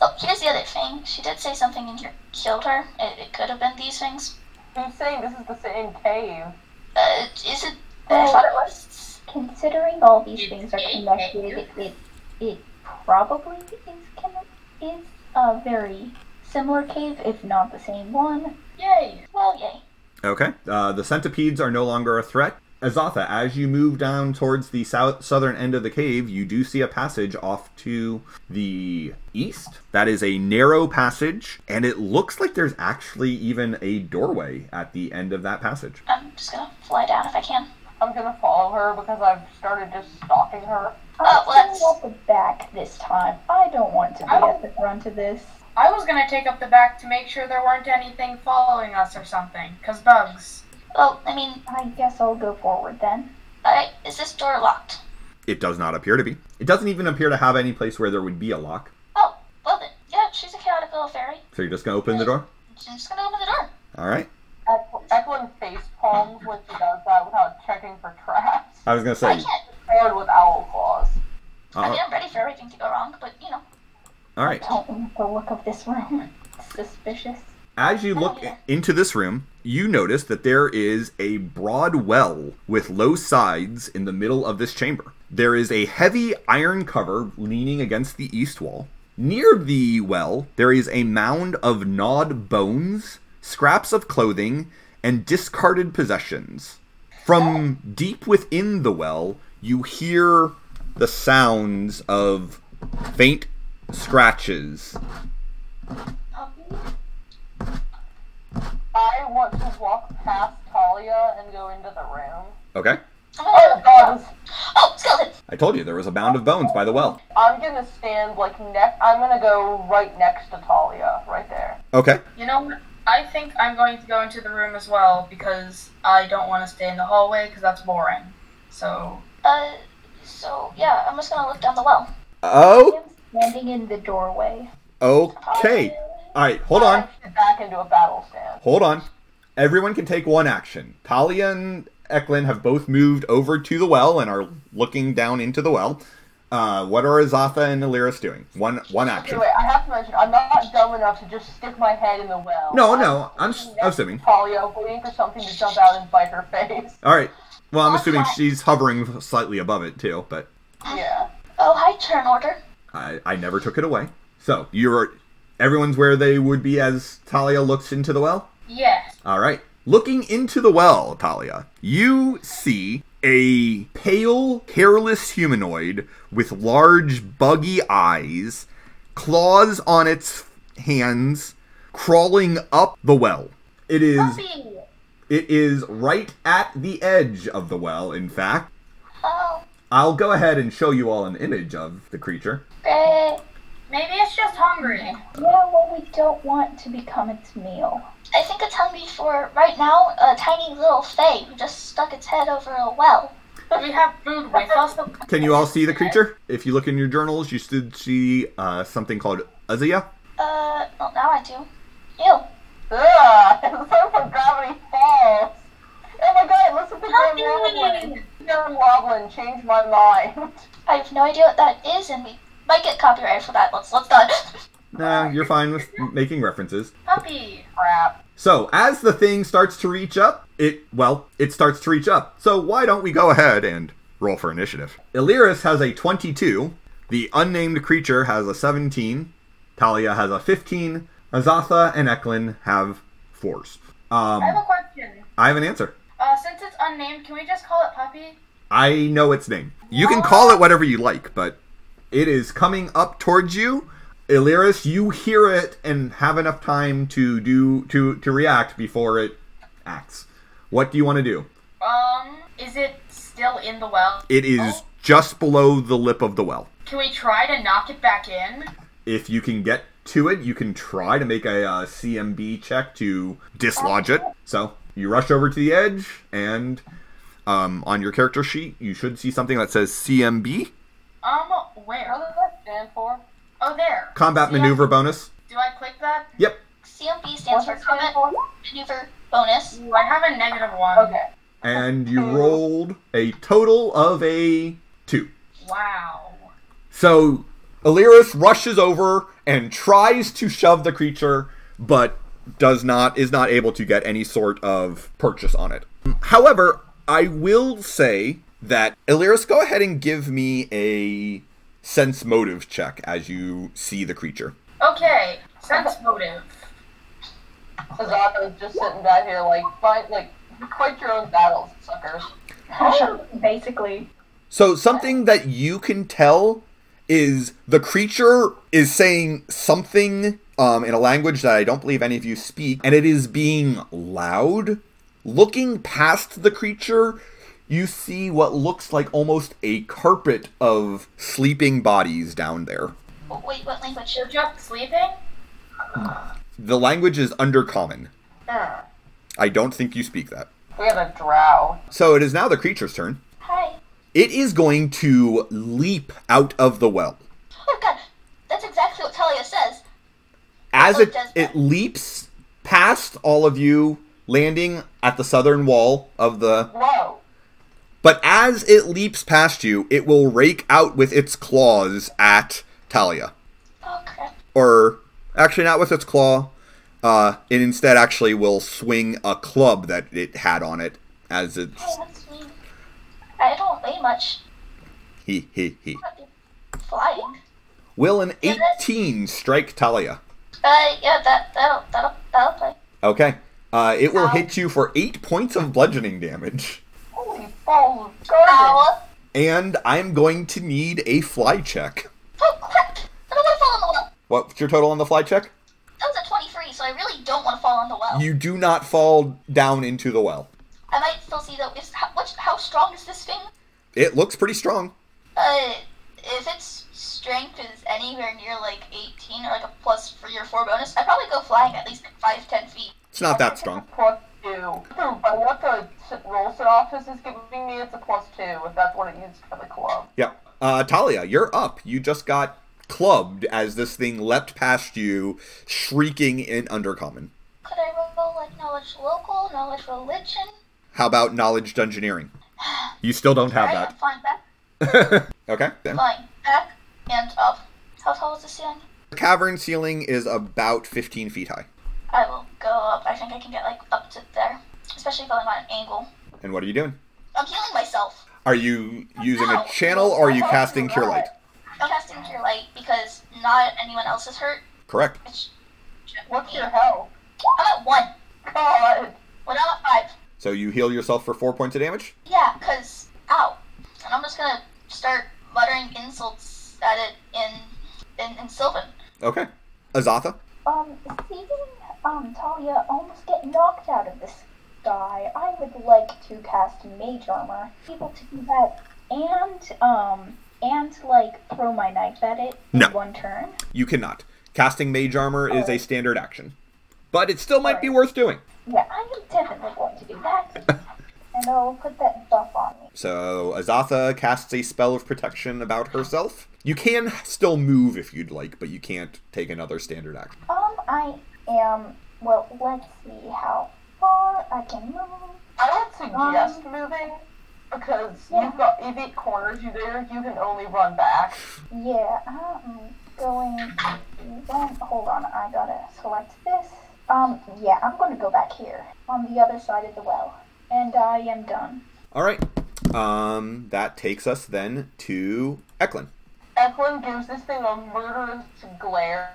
Speaker 4: Oh, here's the other thing. She did say something in here killed her. It, it could have been these things.
Speaker 3: Who's saying this is the same cave?
Speaker 4: Uh, is it? I
Speaker 2: Oh,
Speaker 4: thought it was.
Speaker 2: Considering all these things are connected, it it probably is conne- is a very similar cave, if not the same one.
Speaker 5: yay.
Speaker 4: Well, yay.
Speaker 1: Okay. Uh, the centipedes are no longer a threat. Azatha, as you move down towards the south southern end of the cave, you do see a passage off to the east. That is a narrow passage, and it looks like there's actually even a doorway at the end of that passage.
Speaker 4: I'm just gonna fly down if I can.
Speaker 3: I'm gonna follow her because I've started just stalking her.
Speaker 4: Uh,
Speaker 2: I'm
Speaker 4: let's-
Speaker 2: staying at the back this time. I don't want to be
Speaker 5: Oh.
Speaker 2: at the front of this.
Speaker 5: I was gonna take up the back to make sure there weren't anything following us or something, cause bugs.
Speaker 4: Well, I mean,
Speaker 2: I guess I'll go forward then.
Speaker 4: alright, is this door locked?
Speaker 1: It does not appear to be. It doesn't even appear to have any place where there would be a lock.
Speaker 4: Oh, well then, yeah, she's a chaotic little fairy.
Speaker 1: So you're just gonna open the door?
Speaker 4: I'm just gonna open the door.
Speaker 1: All right.
Speaker 3: Eklund- Eklund face palms when she does that without checking for traps.
Speaker 1: I was gonna
Speaker 4: I
Speaker 1: say.
Speaker 4: can't.
Speaker 3: Paired with owl claws.
Speaker 4: I mean,
Speaker 1: Uh,
Speaker 4: I'm ready for everything to go wrong, but you know,
Speaker 1: all right.
Speaker 2: don't like the look of this room. It's suspicious.
Speaker 1: As you look
Speaker 4: yeah.
Speaker 1: into this room, you notice that there is a broad well with low sides in the middle of this chamber. There is a heavy iron cover leaning against the east wall. Near the well, there is a mound of gnawed bones, scraps of clothing, and discarded possessions. From deep within the well, you hear the sounds of faint scratches
Speaker 4: Um,
Speaker 3: I want to walk past Talia and go into the room.
Speaker 1: Okay.
Speaker 4: I'm gonna
Speaker 3: Oh god, this-
Speaker 4: Oh, skeleton!
Speaker 1: I told you there was a mound of bones by the well.
Speaker 3: I'm gonna stand like neck. I'm gonna go right next to Talia, right there.
Speaker 1: Okay.
Speaker 5: You know what? I think I'm going to go into the room as well because I don't want to stay in the hallway because that's boring. So,
Speaker 4: Uh, so, yeah, I'm just gonna look down the well.
Speaker 1: Oh.
Speaker 2: I'm standing in the doorway.
Speaker 1: Okay. All right. Hold on.
Speaker 3: Get back into a battle stand.
Speaker 1: Hold on. Everyone can take one action. Talia and Eklund have both moved over to the well and are looking down into the well. Uh, what are Azatha and Illyris doing? One one
Speaker 3: Okay,
Speaker 1: action.
Speaker 3: wait, I have to mention, I'm not dumb enough to just stick my head in the well.
Speaker 1: No, no. I'm
Speaker 3: I'm
Speaker 1: s-
Speaker 3: next to
Speaker 1: assuming.
Speaker 3: Talia, waiting for something to jump out and bite her face.
Speaker 1: All right. Well, I'm assuming she's hovering slightly above it too, but
Speaker 3: Yeah.
Speaker 4: Oh, hi, turn order.
Speaker 1: I, I never took it away. So you're everyone's where they would be as Talia looks into the well.
Speaker 5: yes.
Speaker 1: All right. Looking into the well, Talia, you see a pale, hairless humanoid with large, buggy eyes, claws on its hands, crawling up the well. It is
Speaker 4: Puppy!
Speaker 1: it is right at the edge of the well, in fact.
Speaker 4: Oh,
Speaker 1: I'll go ahead and show you all an image of the creature.
Speaker 4: great.
Speaker 5: Maybe it's just hungry.
Speaker 2: Yeah, well, we don't want to become its meal.
Speaker 4: I think it's hungry for, right now, a tiny little fae who just stuck its head over a well.
Speaker 5: we have food with us.
Speaker 1: Can you all see the creature? If you look in your journals, you should see uh, something called Uzia.
Speaker 4: Uh, well, now I do. Ew.
Speaker 3: Ugh, it's so from Gravity Falls. Oh my god, listen to Graham Roblin. Graham Roblin changed my mind.
Speaker 4: I have no idea what that is, and we might get copyright for that. Let's, let's not.
Speaker 1: Nah, you're fine with making references.
Speaker 5: Puppy.
Speaker 3: Crap.
Speaker 1: So as the thing starts to reach up, it well, it starts to reach up. So why don't we go ahead and roll for initiative? Illyris has a 22. The unnamed creature has a 17. Talia has a 15. Azatha and Eklund have fours.
Speaker 5: I have a
Speaker 1: Um,
Speaker 5: question.
Speaker 1: I have an answer.
Speaker 5: Uh, since it's unnamed, can we just call it Puppy?
Speaker 1: I know its name. You can call it whatever you like, but it is coming up towards you. Illyris, you hear it and have enough time to do to to react before it acts. What do you want to do?
Speaker 5: Um, is it still in the well?
Speaker 1: It is just below the lip of the well.
Speaker 5: Can we try to knock it back in?
Speaker 1: If you can get to it, you can try to make a uh, CMB check to dislodge it. So you rush over to the edge, and um, on your character sheet, you should see something that says CMB
Speaker 5: Um, where?
Speaker 3: What does that stand for?
Speaker 5: Oh, there.
Speaker 1: combat
Speaker 5: Do I-
Speaker 1: maneuver bonus.
Speaker 5: Do I click that?
Speaker 1: Yep.
Speaker 4: CMB
Speaker 3: What
Speaker 4: stands
Speaker 3: does
Speaker 4: for
Speaker 3: it stand
Speaker 4: combat
Speaker 3: for?
Speaker 4: maneuver bonus.
Speaker 5: Ooh, I have a negative one.
Speaker 3: Okay.
Speaker 1: And you rolled a total of a two.
Speaker 5: Wow.
Speaker 1: So Illyris rushes over and tries to shove the creature, but does not is not able to get any sort of purchase on it. However, I will say that Illyris, go ahead and give me a sense motive check as you see the creature.
Speaker 5: Okay. Sense motive.
Speaker 3: Hazaka's just sitting back here like, fight, like, fight your own battles, suckers.
Speaker 2: Basically,
Speaker 1: So something that you can tell is the creature is saying something um, in a language that I don't believe any of you speak, and it is being loud. Looking past the creature, you see what looks like almost a carpet of sleeping bodies down there.
Speaker 4: Oh, Wait, what language?
Speaker 5: You're just sleeping?
Speaker 1: The language is undercommon.
Speaker 3: Hmm.
Speaker 1: I don't think you speak that.
Speaker 3: We got a drow.
Speaker 1: So it is now the creature's turn.
Speaker 4: Hi.
Speaker 1: It is going to leap out of the well.
Speaker 4: Oh god, that's exactly what Talia says.
Speaker 1: as
Speaker 4: Oh, it
Speaker 1: it
Speaker 4: does that.
Speaker 1: it leaps past all of you landing at the southern wall of the
Speaker 3: Whoa.
Speaker 1: but as it leaps past you it will rake out with its claws at talia
Speaker 4: Oh crap.
Speaker 1: or actually not with its claw uh, it instead actually will swing a club that it had on it as
Speaker 4: Hey,
Speaker 1: it's
Speaker 4: that's me. I don't weigh much.
Speaker 1: he he he
Speaker 4: Flying.
Speaker 1: will an
Speaker 4: Yeah, that's-
Speaker 1: 18 strike talia
Speaker 4: Uh, yeah, that that'll that'll that'll play.
Speaker 1: okay uh, it will
Speaker 3: Ow.
Speaker 1: hit you for eight points of bludgeoning damage
Speaker 3: Holy balls of garbage.
Speaker 4: Ow.
Speaker 1: and I'm going to need a fly check.
Speaker 4: Oh crap! I don't want to fall on the well.
Speaker 1: What's your total on the fly check?
Speaker 4: That was a 23, so I really don't want to fall on the well.
Speaker 1: You do not fall down into the well.
Speaker 4: I might still see though. Is how, what, how strong is this thing?
Speaker 1: It looks pretty strong.
Speaker 4: Uh, if its strength is anywhere near like 18 or like a plus three or four bonus, I'd probably go flying at least like five, ten feet.
Speaker 1: It's not that strong.
Speaker 3: Plus two. The- What the s- roll set office is giving me, it's a plus two, if that's what it used for the club.
Speaker 1: Yeah. Uh, Talia, you're up. You just got clubbed as this thing leapt past you, shrieking in undercommon.
Speaker 4: Could I roll like knowledge local, knowledge religion?
Speaker 1: How about knowledge dungeoneering? You still don't have
Speaker 4: Alright, I'm
Speaker 1: that.
Speaker 4: flying back,
Speaker 1: Okay. Then.
Speaker 4: flying back and up. How tall is the ceiling?
Speaker 1: The cavern ceiling is about 15 feet high.
Speaker 4: I will go up. I think I can get like up to there, especially going on an angle.
Speaker 1: And what are you doing?
Speaker 4: I'm healing myself.
Speaker 1: Are you using a channel or are you casting Cure Light?
Speaker 4: I'm casting cure light because not anyone else is hurt.
Speaker 1: Correct.
Speaker 4: Which,
Speaker 3: What's your health? Oh,
Speaker 4: I'm at one.
Speaker 3: God.
Speaker 4: When I'm at five,
Speaker 1: So you heal yourself for four points of damage?
Speaker 4: Yeah, because, ow. And I'm just going to start muttering insults at it in, in, in Sylvan.
Speaker 1: Okay. Azatha?
Speaker 2: um, seeing um Talia almost get knocked out of the sky, I would like to cast Mage Armor, able to do that, and um, and like throw my knife at it in
Speaker 1: No.
Speaker 2: one turn.
Speaker 1: You cannot. Casting mage armor is a standard action. But it still might be worth doing.
Speaker 2: Yeah, I am definitely going to do that, and I'll put that buff on me.
Speaker 1: So Azatha casts a spell of protection about herself. You can still move if you'd like, but you can't take another standard action.
Speaker 2: Um, I am. Well, let's see how far I can move.
Speaker 3: I would suggest moving, because you've got, you've eight corners you there, you can only run back.
Speaker 2: Yeah, I'm going. Then hold on, I gotta select this. Um, yeah, I'm gonna go back here on the other side of the well, and I am done.
Speaker 1: All right. Um, that takes us then to Eklund.
Speaker 3: Eklund gives this thing a murderous glare,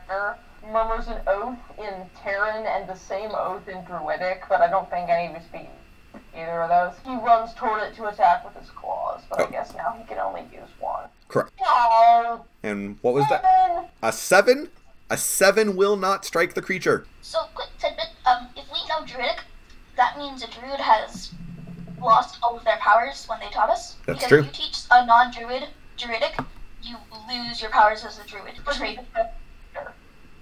Speaker 3: murmurs an oath in Terran and the same oath in Druidic, but I don't think any of you speak either of those. He runs toward it to attack with his claws, but
Speaker 1: Oh.
Speaker 3: I guess now he can only use one.
Speaker 1: Correct.
Speaker 3: Oh,
Speaker 1: And what was that?
Speaker 3: seven.
Speaker 1: A seven? A seven will not strike the creature.
Speaker 4: So, quick tidbit um, if we know Druidic, that means a Druid has lost all of their powers when they taught us.
Speaker 1: That's
Speaker 4: because
Speaker 1: true.
Speaker 4: if you teach a non Druid Druidic, you use your powers as a druid.
Speaker 3: But
Speaker 4: Trade.
Speaker 3: he's a shifter.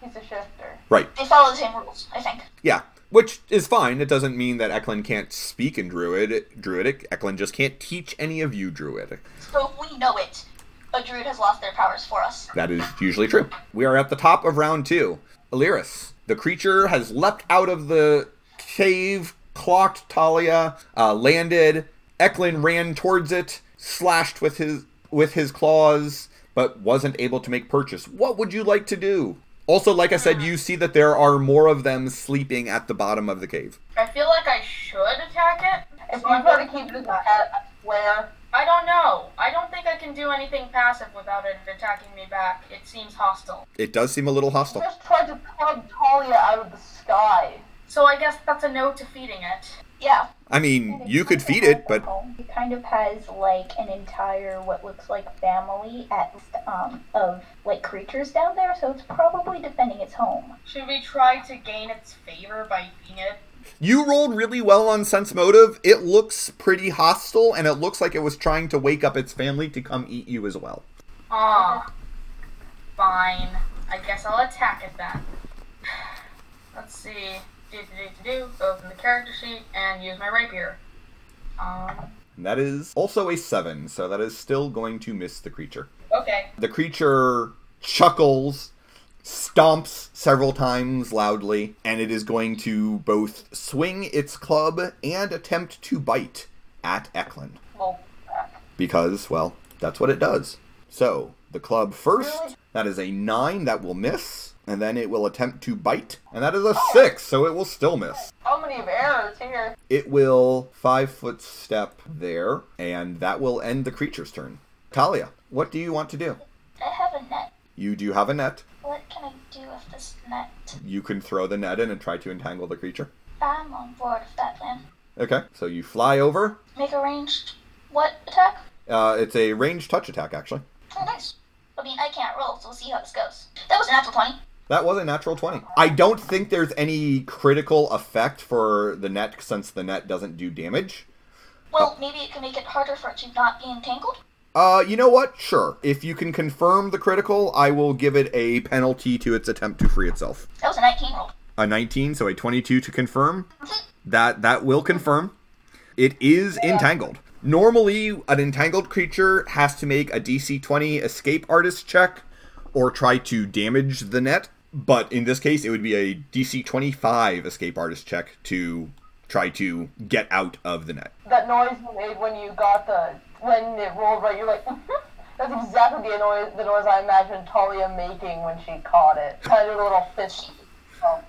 Speaker 3: He's a shifter.
Speaker 1: Right.
Speaker 4: They follow the same rules, I think.
Speaker 1: Yeah. Which is fine. It doesn't mean that Eklund can't speak in Druid Druidic. Eklund just can't teach any of you Druidic.
Speaker 4: So if we know it, a druid has lost their powers for us.
Speaker 1: That is usually true. We are at the top of round two. Aliris, the creature has leapt out of the cave, clocked Talia, uh, landed. Eklund ran towards it, slashed with his with his claws, but wasn't able to make purchase. What would you like to do? Also, like I said, you see that there are more of them sleeping at the bottom of the cave.
Speaker 5: I feel like I should attack it.
Speaker 3: If you
Speaker 5: So I'm
Speaker 3: try to
Speaker 5: gonna-
Speaker 3: keep this at where
Speaker 5: I don't know. I don't think I can do anything passive without it attacking me back. It seems hostile.
Speaker 1: It does seem a little
Speaker 3: you
Speaker 1: hostile.
Speaker 3: just tried to peg Talia out of the sky.
Speaker 5: So I guess that's a no to feeding it.
Speaker 4: Yeah.
Speaker 1: I mean, you could feed it, but
Speaker 2: It kind of has like an entire what looks like family at um of like creatures down there, so it's probably defending its home.
Speaker 5: Should we try to gain its favor by feeding it?
Speaker 1: You rolled really well on sense motive. It looks pretty hostile, and it looks like it was trying to wake up its family to come eat you as well.
Speaker 5: Ah, fine. I guess I'll attack it then. Let's see. Do do do do do. Open the character sheet and use my rapier. Um.
Speaker 1: And that is also a seven, so that is still going to miss the creature.
Speaker 5: Okay.
Speaker 1: The creature chuckles, stomps several times loudly, and it is going to both swing its club and attempt to bite at Eklund.
Speaker 3: Well,
Speaker 5: uh,
Speaker 1: Because, well, that's what it does. So, the club first, that is a 9 that will miss, and then it will attempt to bite, and that is a 6, so it will still miss.
Speaker 3: how many of errors here?
Speaker 1: It will 5 foot step there, and that will end the creature's turn. Talia, what do you want to do?
Speaker 4: I have a net.
Speaker 1: You do have a net.
Speaker 4: What can I do with this net?
Speaker 1: You can throw the net in and try to entangle the creature.
Speaker 4: I'm on board with that plan.
Speaker 1: Okay, so you fly over.
Speaker 4: Make a ranged what attack?
Speaker 1: Uh, it's a range touch attack, actually.
Speaker 4: Oh, nice. I mean, I can't roll, so we'll see how this goes. That was an natural 20.
Speaker 1: That was a natural 20. I don't think there's any critical effect for the net since the net doesn't do damage.
Speaker 4: Well, maybe it can make it harder for it to not be entangled.
Speaker 1: Uh, you know what? Sure. If you can confirm the critical, I will give it a penalty to its attempt to free itself.
Speaker 4: That was a 19 roll.
Speaker 1: A 19, so a 22 to confirm. That that will confirm. It is entangled. Normally, an entangled creature has to make a DC 20 escape artist check or try to damage the net, but in this case it would be a DC 25 escape artist check to try to get out of the net.
Speaker 3: That noise you made when you got the when it rolled right, you're like. That's exactly the noise, the noise I imagined Talia making when she caught it. Kind of a little fish. Oh.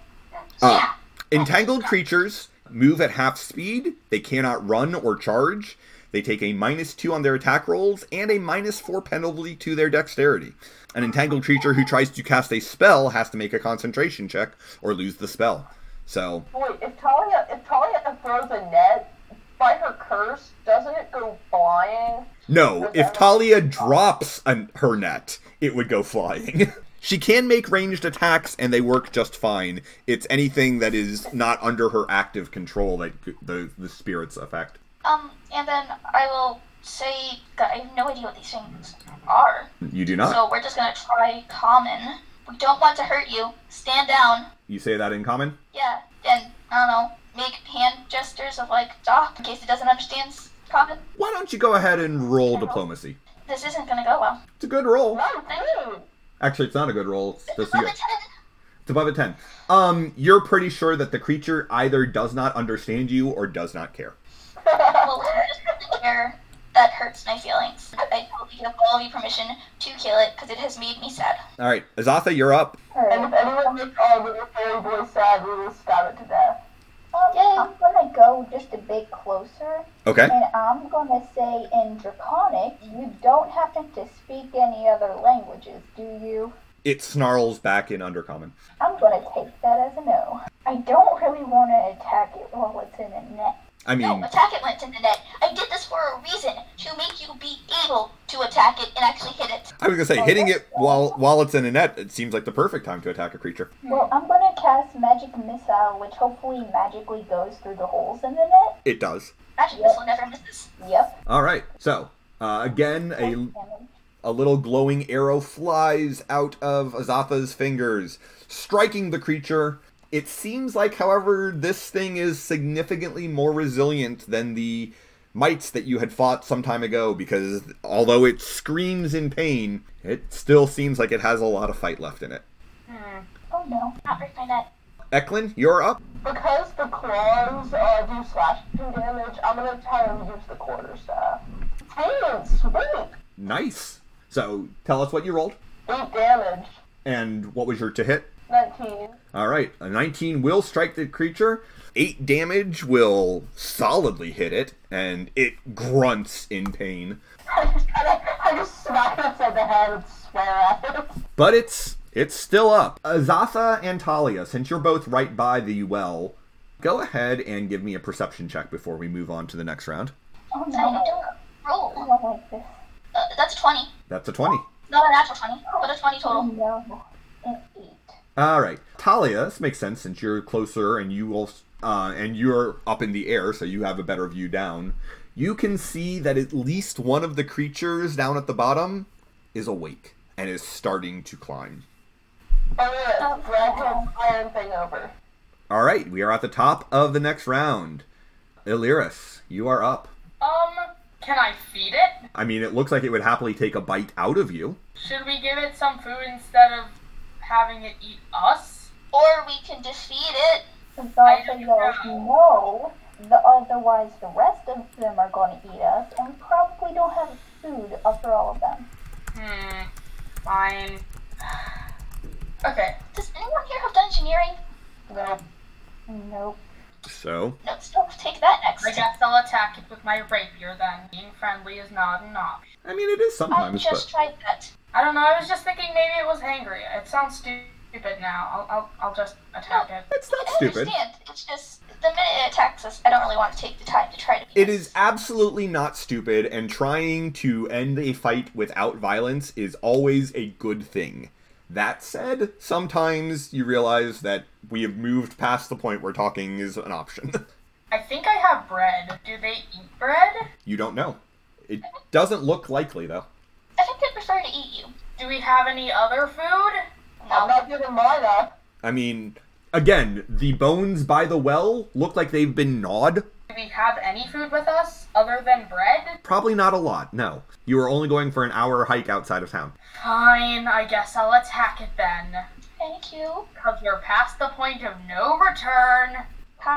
Speaker 1: Uh, entangled creatures move at half speed. They cannot run or charge. They take a minus two on their attack rolls and a minus four penalty to their dexterity. An entangled creature who tries to cast a spell has to make a concentration check or lose the spell. So,
Speaker 3: Wait, if Talia if Talia throws a net by her curse, doesn't it go flying?
Speaker 1: no, if Talia drops an, her net, it would go flying. she can make ranged attacks and they work just fine. It's anything that is not under her active control that g- the, the spirits affect.
Speaker 4: Um, and then I will say that I have no idea what these things are.
Speaker 1: You do not.
Speaker 4: So we're just gonna try common. We don't want to hurt you. Stand down.
Speaker 1: You say that in common?
Speaker 4: Yeah. And I don't know. Make hand gestures of like doc in case it doesn't understand s- common.
Speaker 1: Why don't you go ahead and roll diplomacy?
Speaker 4: This isn't gonna go well.
Speaker 1: It's a good roll.
Speaker 3: No, dude.
Speaker 1: Actually, it's not a good roll. It's just
Speaker 4: Above
Speaker 1: you.
Speaker 4: a 10.
Speaker 1: It's above a 10. Um, you're pretty sure that the creature either does not understand you or does not care.
Speaker 4: Well, I just don't care. That hurts my feelings. I totally give all of you permission to kill it because it has made me sad.
Speaker 1: All right, Azatha, you're up.
Speaker 3: And if
Speaker 2: Alright.
Speaker 3: anyone makes our little fairy boy sad, we will stab it to death.
Speaker 2: Um,
Speaker 4: Yay.
Speaker 2: I'm gonna go just a bit closer
Speaker 1: Okay.
Speaker 2: and I'm gonna say in Draconic, you don't happen to speak any other languages, do you?
Speaker 1: It snarls back in undercommon.
Speaker 2: I'm gonna take that as a no. I don't really wanna attack it while it's in a net.
Speaker 1: I
Speaker 4: No,
Speaker 1: mean,
Speaker 4: attack it when it's in the net. I did this for a reason to make you be able to attack it and actually hit it.
Speaker 1: I was gonna say hitting it while while it's in a net. It seems like the perfect time to attack a creature.
Speaker 2: Well, I'm gonna cast Magic Missile, which hopefully magically goes through the holes in the net.
Speaker 1: It does.
Speaker 4: Magic missile never misses.
Speaker 2: Yep.
Speaker 1: All right. So uh, again, a
Speaker 2: Damage.
Speaker 1: A little glowing arrow flies out of Azatha's fingers, striking the creature. It seems like, however, this thing is significantly more resilient than the mites that you had fought some time ago because although it screams in pain, it still seems like it has a lot of fight left in it.
Speaker 2: Oh no.
Speaker 4: Not break my neck.
Speaker 1: Eklund, you're up.
Speaker 3: Because the claws uh, do slashing damage, I'm gonna try and use the quarter staff. Hey, sweet!
Speaker 1: Nice. So tell us what you rolled
Speaker 3: Eight damage.
Speaker 1: and what was your to hit.
Speaker 3: Nineteen.
Speaker 1: All right, a 19 will strike the creature. 8 damage will solidly hit it, and it grunts in pain.
Speaker 3: I just, I, I just smack it upside the head and swear at it.
Speaker 1: But it's it's still up. Azatha and Talia, since you're both right by the well, go ahead and give me a perception check before we move on to the next round.
Speaker 2: Oh
Speaker 4: I
Speaker 2: no.
Speaker 4: don't
Speaker 2: I
Speaker 4: roll.
Speaker 2: don't like this.
Speaker 4: Uh, that's a 20.
Speaker 1: That's a 20.
Speaker 4: Not a natural 20, but a 20
Speaker 2: Oh
Speaker 4: total.
Speaker 2: no. An eight.
Speaker 1: All right, Talia. This makes sense since you're closer and you will, uh, and you're up in the air, so you have a better view down. You can see that at least one of the creatures down at the bottom is awake and is starting to climb.
Speaker 3: I'm
Speaker 4: Oh.
Speaker 3: gonna drag the iron thing over.
Speaker 1: All right, we are at the top of the next round. Illyris, you are up.
Speaker 5: Um, can I feed it?
Speaker 1: I mean, it looks like it would happily take a bite out of you.
Speaker 5: Should we give it some food instead of having it eat us?
Speaker 4: Or we can defeat it.
Speaker 2: Zalta yells no. The, otherwise, the rest of them are going to eat us, and we probably don't have food after all of them.
Speaker 5: Hmm. Fine. Okay.
Speaker 4: Does anyone here have engineering?
Speaker 3: No.
Speaker 2: Nope.
Speaker 1: So,
Speaker 4: No, so take that
Speaker 5: I
Speaker 4: next.
Speaker 5: guess I'll attack it with my rapier then. Being friendly is not an option.
Speaker 1: I mean, it is
Speaker 4: I
Speaker 1: sometimes,
Speaker 4: just tried that.
Speaker 5: I don't know. I was just thinking maybe it was hangry. It sounds stupid now. I'll I'll, I'll just attack it.
Speaker 1: but it's not
Speaker 4: I
Speaker 1: stupid.
Speaker 4: understand. It's just the minute it attacks us, I don't really want to take the time to try to. Be
Speaker 1: It is absolutely not stupid, and trying to end a fight without violence is always a good thing. That said, sometimes you realize that we have moved past the point where talking is an option.
Speaker 5: I think I have bread. Do they eat bread?
Speaker 1: you don't know. It doesn't look likely, though.
Speaker 4: I think they prefer to eat you.
Speaker 5: Do we have any other food?
Speaker 3: I'm
Speaker 4: No.
Speaker 3: not giving mine up.
Speaker 1: I mean, again, the bones by the well look like they've been gnawed.
Speaker 5: Do we have any food with us other than bread?
Speaker 1: Probably not a lot, no. You are only going for an hour hike outside of town.
Speaker 5: Fine, I guess I'll attack it then.
Speaker 4: Thank you.
Speaker 5: Because we're past the point of no return.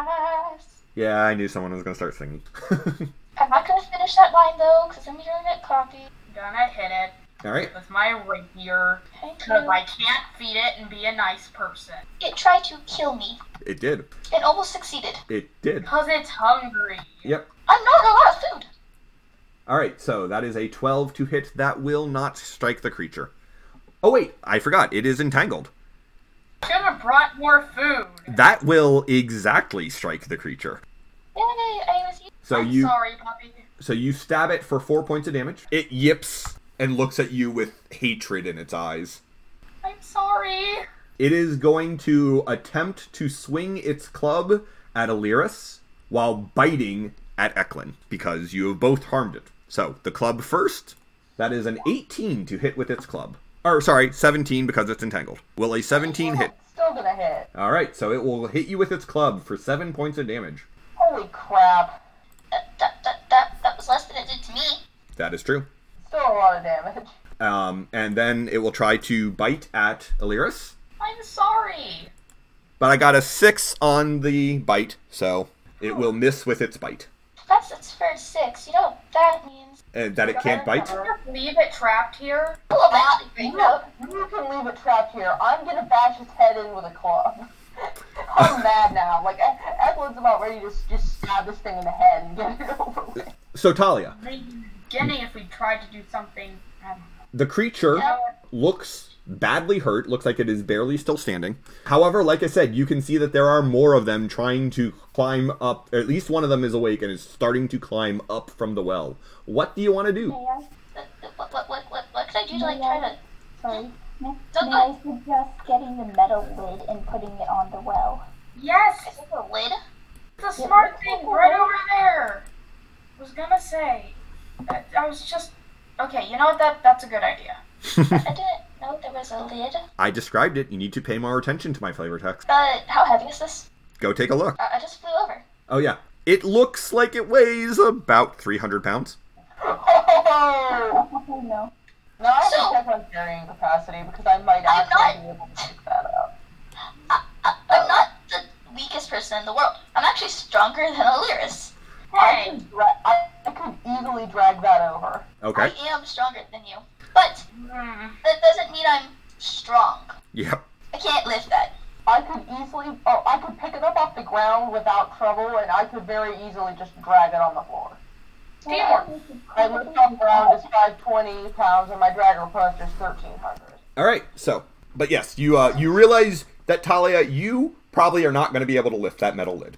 Speaker 4: Pass.
Speaker 1: Yeah, I knew someone was going to start singing.
Speaker 4: I'm not gonna finish that line though, because I'm gonna get coffee.
Speaker 5: Gonna hit it
Speaker 1: All right.
Speaker 5: with my rapier.
Speaker 4: Thank
Speaker 5: Because
Speaker 4: you.
Speaker 5: I can't feed it and be a nice person.
Speaker 4: It tried to kill me.
Speaker 1: It did.
Speaker 4: It almost succeeded.
Speaker 1: It did.
Speaker 5: Because it's hungry.
Speaker 1: Yep.
Speaker 4: I'm not a lot of food.
Speaker 1: All right, so that is a 12 to hit. That will not strike the creature. Oh, wait, I forgot. It is entangled.
Speaker 5: Should have brought more food.
Speaker 1: That will exactly strike the creature.
Speaker 4: Yay! I was eating.
Speaker 1: So
Speaker 5: I'm
Speaker 1: you
Speaker 5: sorry, puppy.
Speaker 1: so you stab it for 4 points of damage. It yips and looks at you with hatred in its eyes.
Speaker 5: I'm sorry.
Speaker 1: It is going to attempt to swing its club at Aliris while biting at Eklund because you have both harmed it. So the club first. That is an 18 to hit with its club. Or sorry, 17 because it's entangled. Will a 17 hit?
Speaker 3: Still gonna hit.
Speaker 1: All right, so it will hit you with its club for seven points of damage.
Speaker 3: Holy crap.
Speaker 4: That, that, that, that, that was less than it did to me.
Speaker 1: That is true.
Speaker 3: Still a lot of damage.
Speaker 1: Um, and then it will try to bite at Illyris,
Speaker 5: I'm sorry.
Speaker 1: but I got a six on the bite, so it will miss with its bite.
Speaker 4: That's its first six. You know what that means?
Speaker 1: And that it can't bite.
Speaker 5: Should have leave it trapped here.
Speaker 4: Oh, about
Speaker 3: Uh, You know, you can leave it trapped here. I'm gonna bash its head in with a club. I'm mad now. Like, Edward's about ready to s- just stab this thing in the head and get it over with.
Speaker 1: So Talia,
Speaker 5: Maybe in the beginning if we tried to do something. I don't know.
Speaker 1: the creature looks badly hurt. Looks like it is barely still standing. However, like I said, you can see that there are more of them trying to climb up. At least one of them is awake and is starting to climb up from the well. What do you want to do?
Speaker 2: May I?
Speaker 4: What, what, what, what, what could I do to like try to?
Speaker 2: Sorry. May,
Speaker 4: Don't
Speaker 2: may I suggest getting the metal lid and putting it on the well?
Speaker 5: Yes,
Speaker 4: Is it a lid?
Speaker 5: It's a smart thing right over there. I was gonna say. I, I was just Okay, you know what? That that's a good idea.
Speaker 4: I didn't know there was a lid.
Speaker 1: I described it. You need to pay more attention to my flavor text.
Speaker 4: But how heavy is this?
Speaker 1: Go take a look.
Speaker 4: I, I just flew over.
Speaker 1: Oh, yeah. It looks like it weighs about 300 pounds.
Speaker 3: Oh,
Speaker 2: Oh no.
Speaker 3: now I have
Speaker 4: So-
Speaker 3: to check my carrying capacity because I might
Speaker 4: I'm
Speaker 3: actually be able to pick that up.
Speaker 4: I,
Speaker 1: Oh.
Speaker 4: I'm not the weakest person in the world. I'm actually stronger than Aliris.
Speaker 3: I
Speaker 5: Hey,
Speaker 3: could, dra- I, I could easily drag that over.
Speaker 1: Okay.
Speaker 4: I am stronger than you. But
Speaker 5: mm,
Speaker 4: that doesn't mean I'm strong.
Speaker 1: Yep.
Speaker 4: I can't lift that.
Speaker 3: I could easily, oh, I could pick it up off the ground without trouble, and I could very easily just drag it on the floor.
Speaker 5: Teamwork.
Speaker 3: My lift off ground is 520 pounds, and my dragger punch is 1300.
Speaker 1: All right. So, but yes, you uh, you realize that Talia, you probably are not going to be able to lift that metal lid.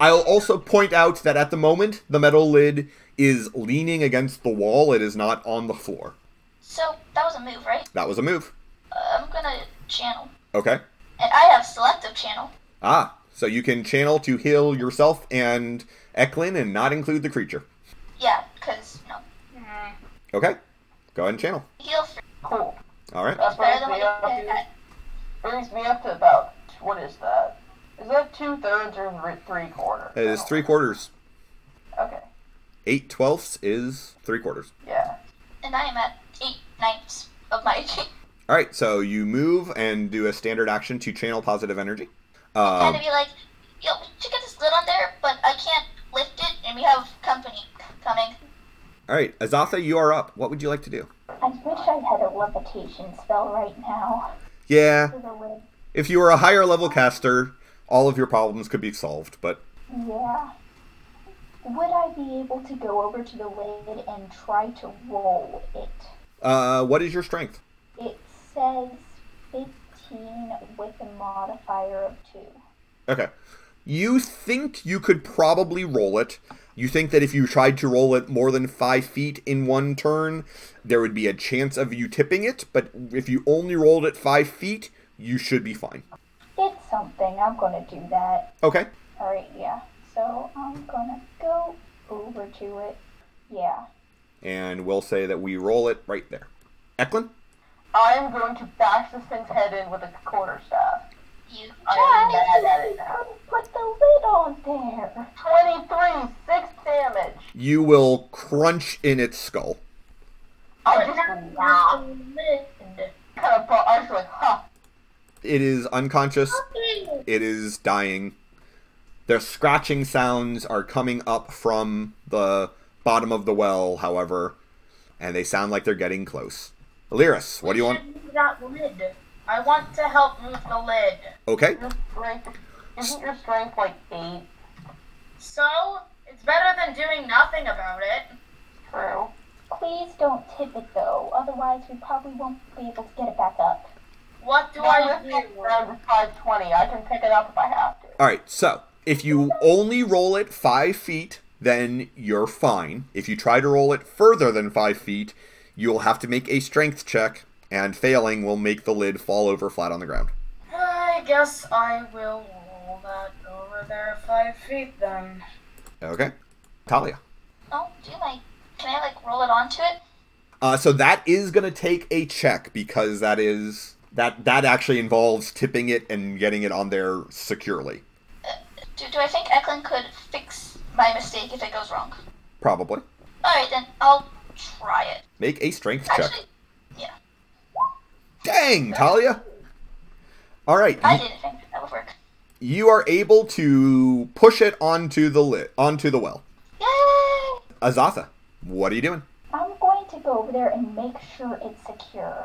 Speaker 1: I'll also point out that at the moment the metal lid is leaning against the wall. It is not on the floor.
Speaker 4: So that was a move, right?
Speaker 1: That was a move.
Speaker 4: Uh, I'm gonna channel.
Speaker 1: Okay.
Speaker 4: And I have selective channel.
Speaker 1: Ah, so you can channel to heal yourself and Eklin and not include the creature.
Speaker 4: Yeah, because, you know,
Speaker 5: mm.
Speaker 1: Okay. Go ahead and channel.
Speaker 4: heal free
Speaker 3: Cool.
Speaker 1: All right.
Speaker 3: That
Speaker 4: is better
Speaker 3: brings me
Speaker 4: than what
Speaker 3: up
Speaker 4: you
Speaker 3: to,
Speaker 4: had.
Speaker 3: brings me up to about, what is that? Is that two thirds or three- three quarters?
Speaker 1: It is three quarters.
Speaker 3: Okay.
Speaker 1: Eight twelfths is three quarters.
Speaker 3: Yeah.
Speaker 4: And I am at eight ninths of my chi.
Speaker 1: All right. So you move and do a standard action to channel positive energy.
Speaker 4: Kind
Speaker 1: Um,
Speaker 4: of be like, yo, we should get this lid on there, but I can't lift it, and we have company coming.
Speaker 1: all right, Azatha, you are up. What would you like to do?
Speaker 2: I wish I had a levitation spell right now.
Speaker 1: Yeah,
Speaker 2: For the lid.
Speaker 1: if you were a higher level caster, all of your problems could be solved. But
Speaker 2: Yeah. Would I be able to go over to the lid and try to roll it?
Speaker 1: uh, what is your strength?
Speaker 2: It says 15 with a modifier of 2.
Speaker 1: Okay. You think you could probably roll it. You think that if you tried to roll it more than five feet in one turn, there would be a chance of you tipping it, but if you only rolled it five feet, you should be fine.
Speaker 2: It's something. I'm going to do that.
Speaker 1: Okay.
Speaker 2: Alright, yeah. So I'm going to go over to it. Yeah.
Speaker 1: And we'll say that we roll it right there. Eklund?
Speaker 3: I am going to bash this thing's head in with a quarter staff.
Speaker 4: You
Speaker 3: I
Speaker 4: try.
Speaker 3: am mad at
Speaker 2: Let
Speaker 3: it
Speaker 2: me
Speaker 3: now.
Speaker 2: come put the lid on there.
Speaker 3: 23, 6 damage.
Speaker 1: You will crunch in its skull.
Speaker 3: I
Speaker 5: But
Speaker 3: just
Speaker 5: not with
Speaker 3: laugh.
Speaker 5: the lid.
Speaker 3: kind of brought, I was like, ha.
Speaker 1: It is unconscious. It is dying. The scratching sounds are coming up from the bottom of the well, however, and they sound like they're getting close. Lyris, what do you want?
Speaker 5: Should move that lid. I want to help move the lid.
Speaker 1: Okay.
Speaker 3: Your strength, isn't your strength like 8?
Speaker 5: So it's better than doing nothing about it.
Speaker 3: True.
Speaker 2: Please don't tip it though, otherwise we probably won't be able to get it back up.
Speaker 5: What do
Speaker 3: My
Speaker 5: I
Speaker 3: lift off
Speaker 5: do?
Speaker 3: ground is 520. I can pick it up if I have to.
Speaker 1: All right. So if you only roll it five feet, then you're fine. If you try to roll it further than five feet, you'll have to make a strength check, and failing will make the lid fall over flat on the ground.
Speaker 5: I guess I will roll that over there five feet then.
Speaker 1: Okay. Talia.
Speaker 4: Oh, do you like, can I like roll it onto it?
Speaker 1: Uh, so that is going to take a check because that is that that actually involves tipping it and getting it on there securely,
Speaker 4: Do, do I think Eklund could fix my mistake if it goes wrong?
Speaker 1: probably.
Speaker 4: Alright, then I'll try it.
Speaker 1: Make a strength check.
Speaker 4: Actually, yeah,
Speaker 1: Dang, Talia. All right,
Speaker 4: I
Speaker 1: you,
Speaker 4: didn't think that would work.
Speaker 1: you are able to push it onto the lid, onto the well.
Speaker 2: Oh,
Speaker 4: Yay!
Speaker 1: Azatha, what are you doing?
Speaker 2: I'm going to go over there and make sure it's secure.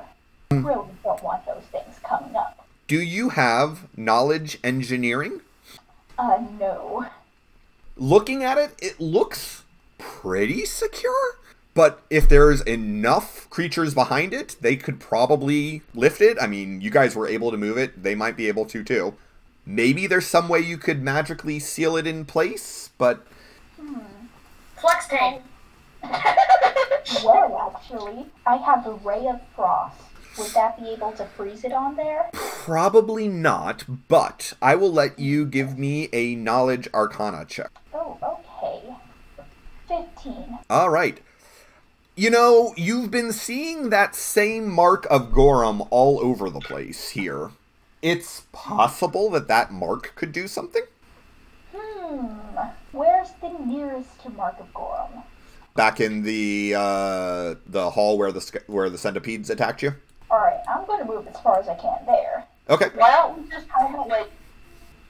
Speaker 2: Really don't want those things coming up.
Speaker 1: Do you have knowledge engineering?
Speaker 2: Uh, no.
Speaker 1: looking at it, it looks pretty secure. But if there's enough creatures behind it, they could probably lift it. I mean, you guys were able to move it, they might be able to too. Maybe there's some way you could magically seal it in place, but
Speaker 5: Flex tape.
Speaker 2: Well, actually, I have a ray of frost. Would that be able to freeze it on there?
Speaker 1: probably not. But I will let you give me a knowledge arcana check.
Speaker 2: Oh, okay. 15.
Speaker 1: All right. You know, you've been seeing that same mark of Gorham all over the place here. It's possible that that mark could do something.
Speaker 2: Hmm. Where's the nearest to Mark of Gorham?
Speaker 1: Back in the uh, the hall where the sc- where the centipedes attacked you.
Speaker 2: All right, I'm gonna move as far as I can there.
Speaker 1: Okay,
Speaker 3: Why don't we just have it, like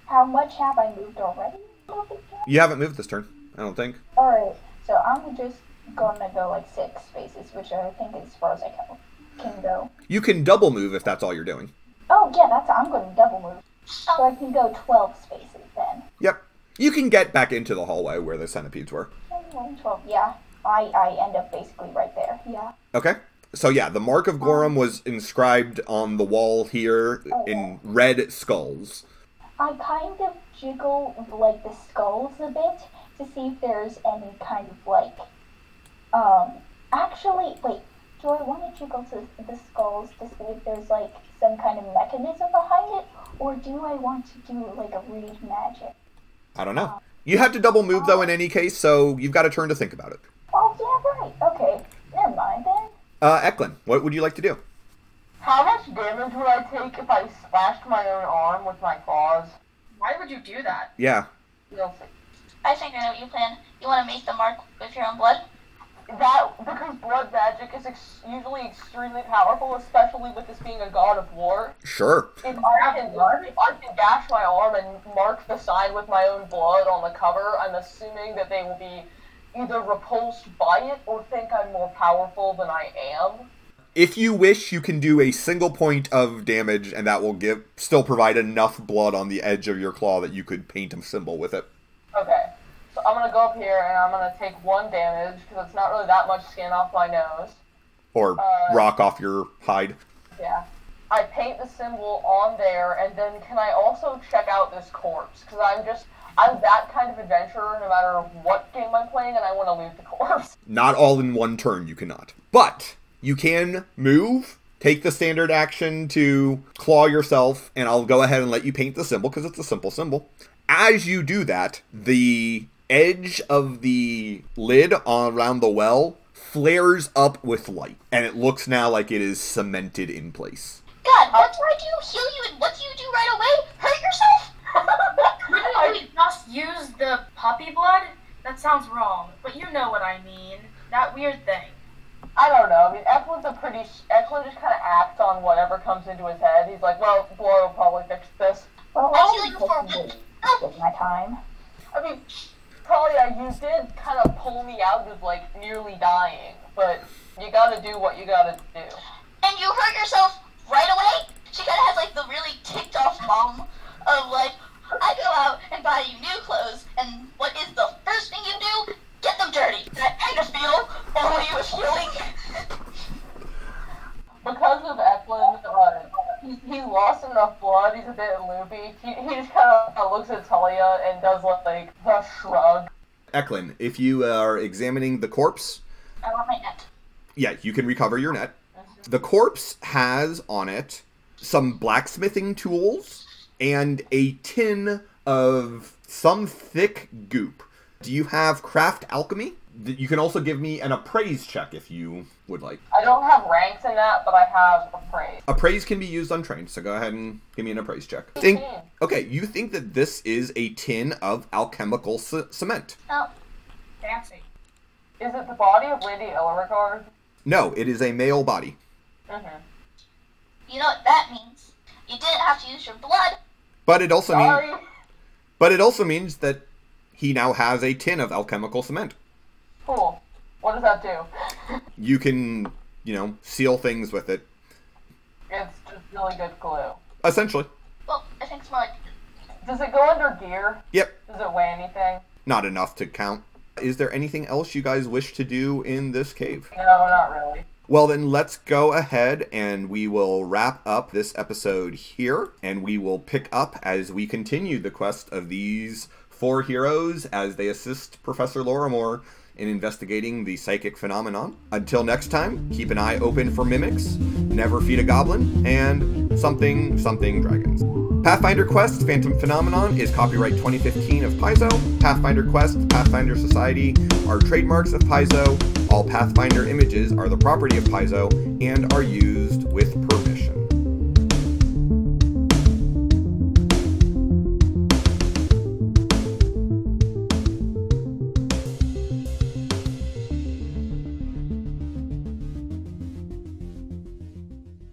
Speaker 2: How much have I moved already? I don't think so.
Speaker 1: you haven't moved this turn. I don't think.
Speaker 2: All right, so I'm just gonna go like six spaces, which I think is as far as I can can go.
Speaker 1: You can double move if that's all you're doing.
Speaker 2: Oh yeah, that's I'm gonna double move, so I can go twelve spaces then.
Speaker 1: Yep. You can get back into the hallway where the centipedes were.
Speaker 2: Twelve, yeah. I I end up basically right there. Yeah.
Speaker 1: Okay. So yeah, the mark of Gorham was inscribed on the wall here in red skulls.
Speaker 2: I kind of jiggle like the skulls a bit to see if there's any kind of like um actually wait, do I want to jiggle to the skulls to see if there's like some kind of mechanism behind it or do I want to do like a read magic?
Speaker 1: I don't know. You have to double move though in any case, so you've got a turn to think about it.
Speaker 2: Oh yeah, right. Okay. Never mind then.
Speaker 1: Uh, Eklund, what would you like to do?
Speaker 3: how much damage would I take if I slashed my own arm with my claws?
Speaker 5: Why would you do that?
Speaker 1: Yeah.
Speaker 3: You'll see.
Speaker 4: I think I know what you plan. You want to make the mark with your own blood?
Speaker 3: That because blood magic is ex- usually extremely powerful, especially with this being a god of war.
Speaker 1: Sure.
Speaker 3: If I can, if I can gash my arm and mark the sign with my own blood on the cover, I'm assuming that they will be either repulsed by it or think I'm more powerful than I am.
Speaker 1: If you wish, you can do a single point of damage, and that will give still provide enough blood on the edge of your claw that you could paint a symbol with it.
Speaker 3: Okay, so I'm gonna go up here and I'm gonna take one damage because it's not really that much skin off my nose.
Speaker 1: Or
Speaker 3: Uh,
Speaker 1: rock off your hide.
Speaker 3: Yeah. I paint the symbol on there, and then can I also check out this corpse? Because I'm just, I'm that kind of adventurer no matter what game I'm playing, and I want to loot the corpse.
Speaker 1: Not all in one turn, you cannot. But you can move, take the standard action to claw yourself, and I'll go ahead and let you paint the symbol because it's a simple symbol. As you do that, the edge of the lid on- around the well flares up with light, and it looks now like it is cemented in place.
Speaker 4: God,
Speaker 2: Oh.
Speaker 4: what do I do? Heal you, and what do you do right away? Hurt yourself?
Speaker 5: Couldn't we just use the puppy blood? That sounds wrong, but you know what I mean. That weird thing.
Speaker 3: I don't know. I mean, Eklund's a pretty. Sh- Eklund just kind of acts on whatever comes into his head. He's like, well, Blore will probably fix this.
Speaker 2: Well,
Speaker 4: I
Speaker 2: I'll
Speaker 4: feel like
Speaker 2: be
Speaker 4: before
Speaker 2: taking
Speaker 4: we- Oh,
Speaker 2: my time.
Speaker 3: I mean, probably I you did kind of pull me out of like nearly dying, but you gotta do what you gotta do.
Speaker 4: and you hurt yourself right away? She kind of has like the really ticked off mom of like, I go out and buy you new clothes, and what is the first thing you do? Get them dirty. And I kind of feel while you was healing.
Speaker 3: Because of Eklund, uh, he, he lost enough blood. He's a bit loopy. He, he just kind of looks at Talia and does like the shrug.
Speaker 1: Eklund, if you are examining the corpse,
Speaker 4: I want my net.
Speaker 1: yeah, you can recover your net. The corpse has on it some blacksmithing tools and a tin of some thick goop. Do you have craft alchemy? Th- You can also give me an appraise check if you would like.
Speaker 3: I don't have ranks in that, but I have a praise.
Speaker 1: Appraise can be used on trains, so go ahead and give me an appraise check. Think, okay, you think that this is a tin of alchemical c- cement.
Speaker 4: Oh,
Speaker 5: Fancy.
Speaker 3: Is it the body of Lady Elregard?
Speaker 1: No, it is a male body.
Speaker 3: Mm-hmm.
Speaker 4: you know what that means. You didn't have to use your blood.
Speaker 1: But it also means
Speaker 3: Sorry.
Speaker 1: But it also means that he now has a tin of alchemical cement.
Speaker 3: Cool. What does that do?
Speaker 1: You can, you know, seal things with it,
Speaker 3: It's just really good glue.
Speaker 1: essentially.
Speaker 4: Well, I think it's more like
Speaker 3: Does it go under gear?
Speaker 1: Yep,
Speaker 3: Does it weigh anything?
Speaker 1: not enough to count. Is there anything else you guys wish to do in this cave?
Speaker 3: No, not really.
Speaker 1: Well, then let's go ahead and we will wrap up this episode here, and we will pick up as we continue the quest of these four heroes as they assist Professor Lorimore in investigating the psychic phenomenon. Until next time, keep an eye open for mimics, never feed a goblin, and something, something dragons. Pathfinder Quest Phantom Phenomenon is copyright 2015 of Paizo. Pathfinder Quest, Pathfinder Society are trademarks of Paizo. All Pathfinder images are the property of Paizo and are used with permission.